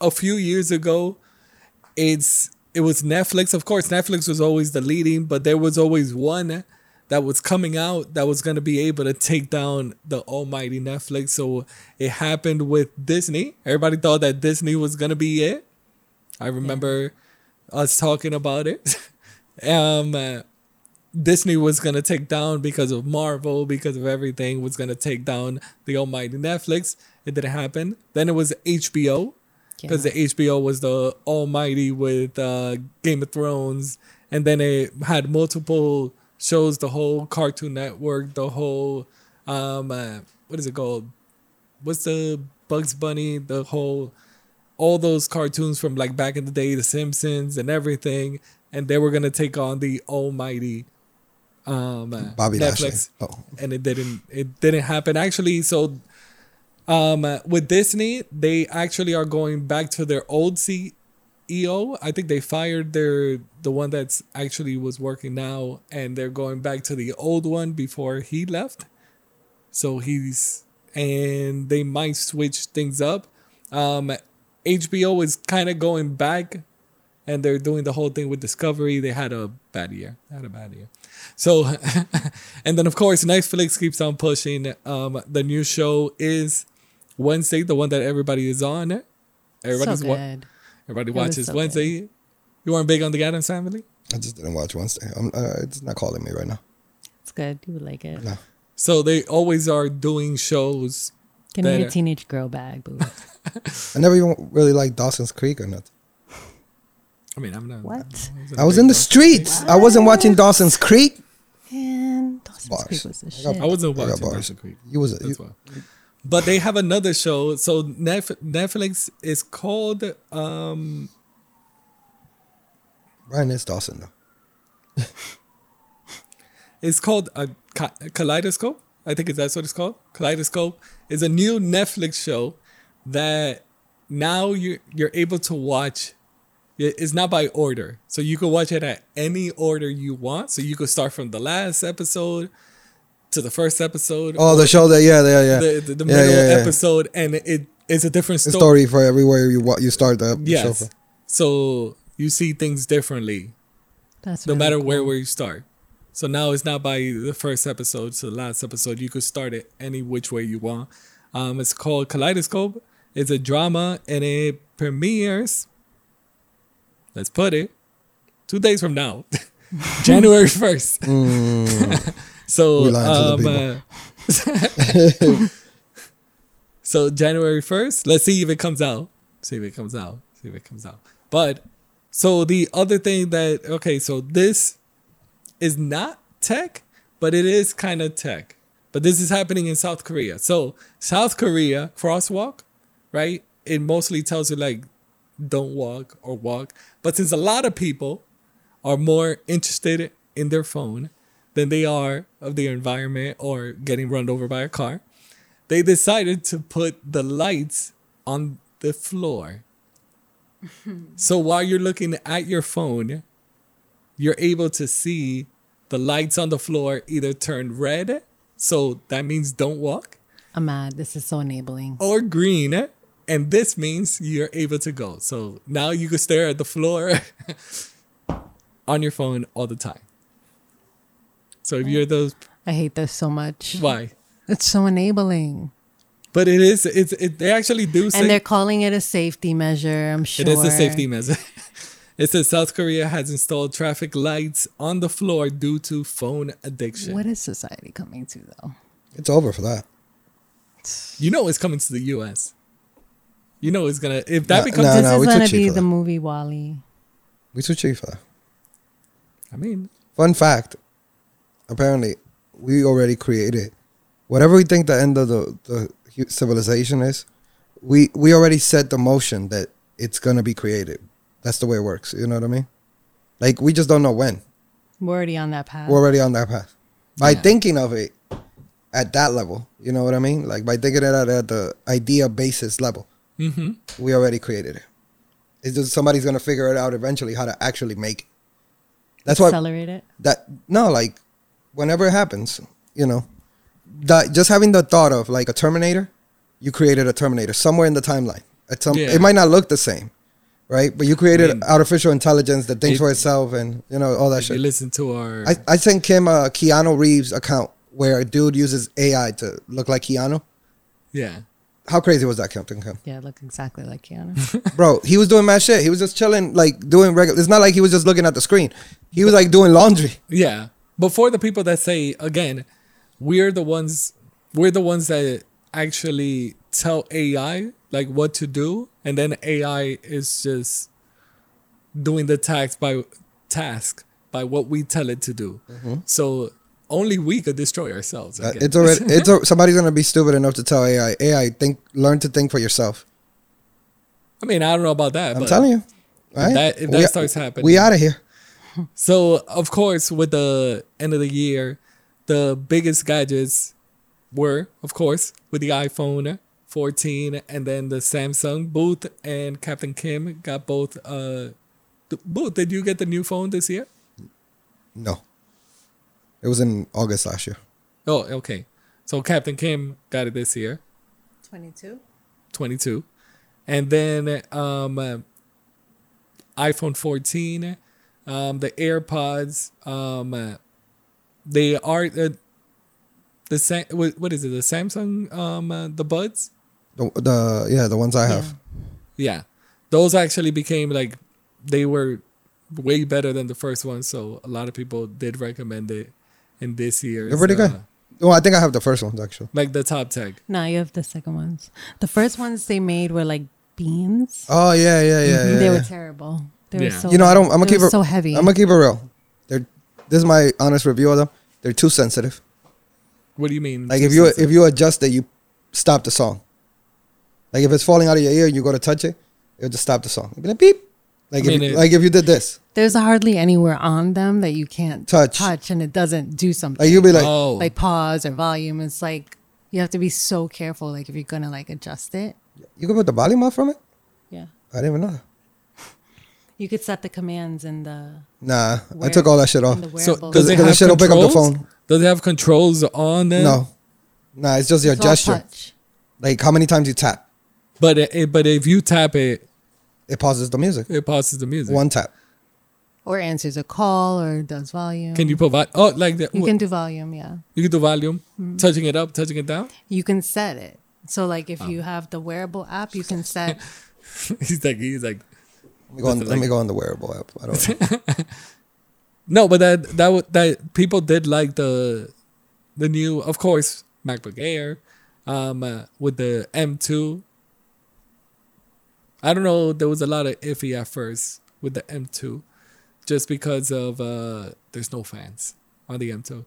B: a few years ago, it's it was Netflix. Of course, Netflix was always the leading, but there was always one that was coming out that was gonna be able to take down the almighty Netflix. So it happened with Disney. Everybody thought that Disney was gonna be it. I remember us talking about it. *laughs* um. uh, Disney was gonna take down because of Marvel, because of everything, was gonna take down the almighty Netflix. It didn't happen. Then it was HBO, because the HBO was the almighty with uh, Game of Thrones, and then it had multiple shows, the whole Cartoon Network, the whole um, uh, what is it called? What's the Bugs Bunny? The whole all those cartoons from like back in the day, The Simpsons and everything, and they were gonna take on the almighty um, uh,
C: Bobby Lashley.
B: Netflix,
C: Oh.
B: and it didn't. It didn't happen actually. So um, uh, with Disney, they actually are going back to their old CEO. I think they fired their the one that's actually was working now, and they're going back to the old one before he left. So he's and they might switch things up. Um, HBO is kind of going back, and they're doing the whole thing with Discovery. They had a bad year. They had a bad year. So, *laughs* and then of course Netflix keeps on pushing. Um, the new show is Wednesday, the one that everybody is on. Everybody's
A: so
B: wa-
A: good.
B: everybody
A: was
B: watches
A: so good.
B: Wednesday. You weren't big on the Adams Family,
C: I just didn't watch Wednesday. I'm, uh, it's not calling me right now.
A: It's good. You would like it.
C: No.
B: so they always are doing shows.
A: Give me
B: Better.
A: your teenage girl bag,
B: *laughs*
A: boo.
C: I never even really liked Dawson's Creek or nothing.
B: I mean, I'm not.
A: what?
C: I was in the streets. I wasn't watching Dawson's Creek.
A: And Dawson's
C: Bars.
A: Creek was the
C: I got
A: shit.
B: I wasn't
C: I got
B: watching
C: bars.
B: Dawson Creek.
C: You was a,
B: That's
C: you,
B: why. But they have another show. So Netf- Netflix is called. Um,
C: Brian is Dawson though.
B: it's called a kaleidoscope. I think is that's what it's called. Kaleidoscope is a new Netflix show that now you're you're able to watch. It- It's not by order, so you can watch it at any order you want. So you could start from the last episode to the first episode,
C: Oh, the show that yeah, yeah, yeah.
B: the, the, the
C: Yeah,
B: middle
C: yeah, yeah.
B: episode, and it it's a different
C: The
B: story.
C: story for everywhere you wa- you start the the show.
B: yes,
C: From.
B: so you see things differently
A: That's
B: no
A: really
B: matter
A: cool.
B: where where you start. So now it's not by the first episode to the last episode. You could start it any which way you want. Um, it's called Kaleidoscope. It's a drama and it premieres. Let's put it two days from now, *laughs*
C: *laughs*
B: January first. *laughs* so
C: Mm. We lying to the
B: um, uh, *laughs* so January first. Let's see if it comes out. See if it comes out. See if it comes out. But so the other thing that okay, so this is not tech, but it is kind of tech. But this is happening in South Korea. So South Korea crosswalk, right? It mostly tells you like don't walk or walk. But since a lot of people are more interested in their phone than they are of their environment or getting run over by a car, they decided to put the lights on the floor. so while you're looking at your phone, you're able to see the lights on the floor either turn red, so that means don't walk,
A: I'm mad. This is so enabling.
B: or green, And this means you're able to go. So now you can stare at the floor *laughs* on your phone all the time. So if you're those,
A: I hate this so much.
B: why?
A: It's so enabling.
B: But it is, it's, it, they actually do say
A: and they're calling it a safety measure, I'm sure.
B: It is a safety measure. *laughs* it says South Korea has installed traffic lights on the floor due to phone addiction.
A: What is society coming to, though?
C: It's over for that.
B: You know it's coming to the U.S. You know it's gonna if that
C: No,
B: becomes.
C: no,
A: This
C: no.
A: is
C: we
A: going
C: took
A: to be
C: you for
A: the
C: that.
A: movie Wally.
C: We too cheap for that.
B: I mean,
C: Fun fact: apparently, we already created whatever we think the end of the, the hu- civilization is. We we already set the motion that it's gonna be created. That's the way it works. You know what I mean? Like we just don't know when.
A: We're already on that path.
C: We're already on that path by thinking of it at that level. You know what I mean? Like by thinking it at, at the idea basis level, mm-hmm. we already created it. It's just somebody's gonna figure it out eventually how to actually make it. That's why
A: Accelerate it.
C: that no like whenever it happens you know that just having the thought of like a terminator you created a terminator somewhere in the timeline at some
B: Yeah.
C: it might not look the same right but you created
B: mean,
C: artificial intelligence that thinks
B: it-
C: for itself and you know all that
B: you
C: shit
B: listen to our.
C: I, I sent kim a keanu reeves account where a dude uses ai to look like keanu
B: yeah,
C: how crazy was that
B: *laughs*
C: captain kim
A: Yeah, look exactly like
C: *laughs*
A: Keanu.
C: bro he was doing mad shit he was just chilling like doing regular it's not like he was just looking at the screen he was like doing laundry
B: yeah. But for the people that say again, we're the ones. We're the ones that actually tell AI like what to do, and then AI is just doing the task by task by what we tell it to do. So only we could destroy ourselves. I
C: Mm-hmm. Uh,
B: guess.
C: it's already. It's a, somebody's gonna be stupid enough to tell AI. AI, think, learn to think for yourself.
B: I mean, I don't know about that.
C: I'm
B: but
C: telling you. Right?
B: that- if that starts happening-
C: we out of here.
B: So of course, with the end of the year, the biggest gadgets were, of course, with the iPhone 14 and then the Samsung. Booth and Captain Kim got both. Uh, th- Booth, did you get the new phone this year?
C: No. It was in August last year.
B: Oh, okay. So Captain Kim got it this year,
A: 22?
B: 22, and then um, uh, iPhone 14, um, the AirPods. Um, uh, they are. Uh, the Sam- what what is it? The Samsung, um, uh, the buds,
C: The, the yeah, the ones I have.
B: yeah, those actually became like they were way better than the first one. So a lot of people did recommend it in this year.
C: They're pretty good. Well, I think I have the first ones actually.
B: Like the top tech.
A: No, you have the second ones. The first ones they made were like beans.
C: Oh yeah, yeah, yeah, yeah.
A: Mm-hmm. they were
C: yeah.
A: terrible. They were
B: Yeah.
A: so
C: you know, I don't. I'm gonna
A: they
C: keep
A: were
C: it
A: so heavy.
C: I'm gonna keep it real. They're. This is my honest review of them. They're too sensitive.
B: What do you mean?
C: Like
B: too
C: if you
B: sensitive?
C: if you adjust it, you stop the song. Like if it's falling out of your ear, you go to touch it, it'll just stop the song. It'll be like beep. Like
B: I
C: if,
B: mean,
C: you-
B: it-
C: like if you did this,
A: There's hardly anywhere on them that you can't
C: Touch.
A: touch and it doesn't do something.
C: like you'll be like,
B: oh,
A: like pause or volume. It's like you have to be so careful. Like if you're gonna like adjust it,
C: you can put the volume up from it.
A: yeah,
C: I didn't even know. that.
A: you could set the commands in the.
C: Nah, I
A: Where-
C: took all that shit off.
A: in the where-
B: so
A: wearable.
B: does it
C: Because the
B: have
C: shit will
B: controls?
C: pick up the phone.
B: Does it have controls on them?
C: No, nah, it's just your
A: It's all
C: gesture.
A: touch.
C: Like how many times you tap,
B: But it, it- but if you tap it,
C: it pauses the music.
B: it pauses the music.
C: One tap.
A: Or answers a call or does volume.
B: Can you provide? Oh, like that.
A: You
B: You,
A: can Mm. do volume, yeah.
B: can do volume, touching it up, touching it down. *laughs*
A: You can set it. So like if you have the wearable app, you can set *laughs*
B: he's like he's like
C: Let me go on,
B: Nothing
C: let me
B: like-
C: go on the wearable app.
B: *laughs*
C: I don't
B: no, but that that wa- that people did like the the new, of course, MacBook Air, um, uh, with the M2. I don't know. There was a lot of iffy at first with the M2, just because of uh, there's no fans on the M2,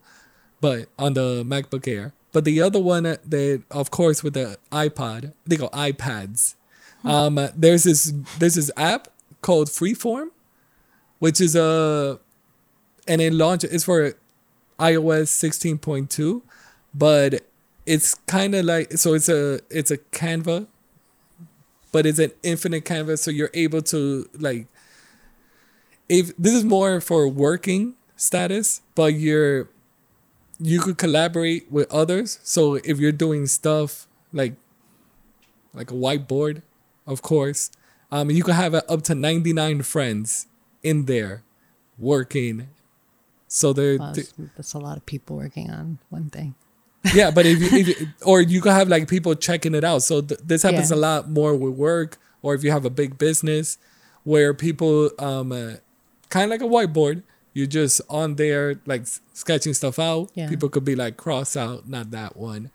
B: but on the MacBook Air. But the other one, uh, they of course with the iPod, they go iPads. Um, uh, there's this there's this app called Freeform, which is uh, a and it launched it's for iOS 16.2 but it's kind of like so it's a it's a canva but it's an infinite canvas so you're able to like if this is more for working status but you're you could collaborate with others so if you're doing stuff like like a whiteboard, of course. Um, you can have uh, up to 99 friends in there working. So they're,
A: Wow,
B: th-
A: that's, that's a lot of people working on one thing.
B: yeah, but if you, if you, or you could have like people checking it out. So th- this happens
A: Yeah.
B: a lot more with work, or if you have a big business where people, um, uh, kind of like a whiteboard, you're just on there like s- sketching stuff out.
A: Yeah.
B: People could be like, cross out, not that one.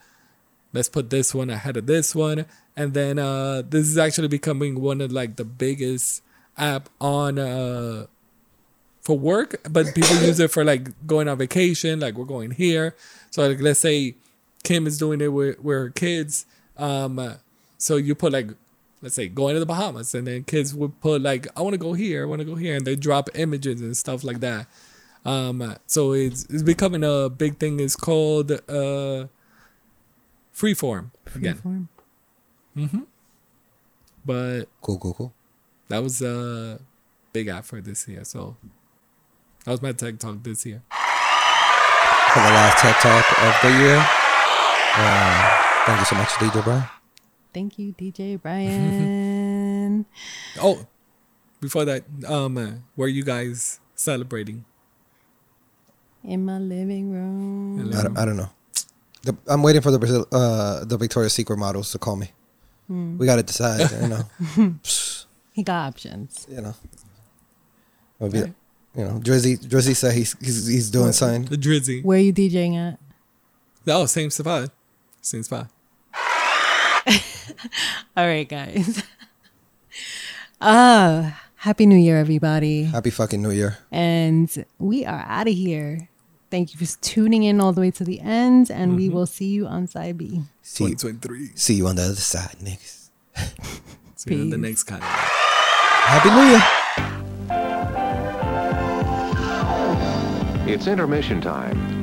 B: Let's put this one ahead of this one, and then uh, this is actually becoming one of like the biggest app on uh for work, but people use it for like going on vacation, like we're going here. So like let's say Kim is doing it with, with her kids. Um uh, so you put like let's say going to the Bahamas and then kids would put like I wanna go here, I wanna go here and they drop images and stuff like that. Um uh, so it's it's becoming a big thing. It's called uh freeform again. Mm-hmm.
A: Freeform.
B: But
C: Cool, cool, cool.
B: that was a big app for this year. So that was my tech talk this year.
C: For the last tech talk of the year. Uh, thank you so much, DJ Brian.
A: Thank you, *laughs* DJ Brian.
B: Oh, before that, um, uh, were you guys celebrating?
A: in my living room.
C: I don't, I don't know. The, I'm waiting for the Brazil, uh, the Victoria's Secret models to call me. We got to decide, you know. *laughs* Psh,
A: He got options.
C: you know. It'll be, You know, Drizzy, Drizzy said he's he's, he's doing something.
B: The Drizzy.
A: Where are you DJing at?
B: Oh, same spot. Same spot.
A: All right, *laughs* guys. uh, happy New Year, everybody.
C: Happy fucking New Year.
A: And we are out of here. Thank you for tuning in all the way to the end, and we
B: Mm-hmm.
A: will see you on Side B.
C: See, you-
B: 2023.
C: see you on the other side, niggas.
B: See you in the
A: Peace.
B: next kind.
C: Happy New Year.
G: It's intermission time.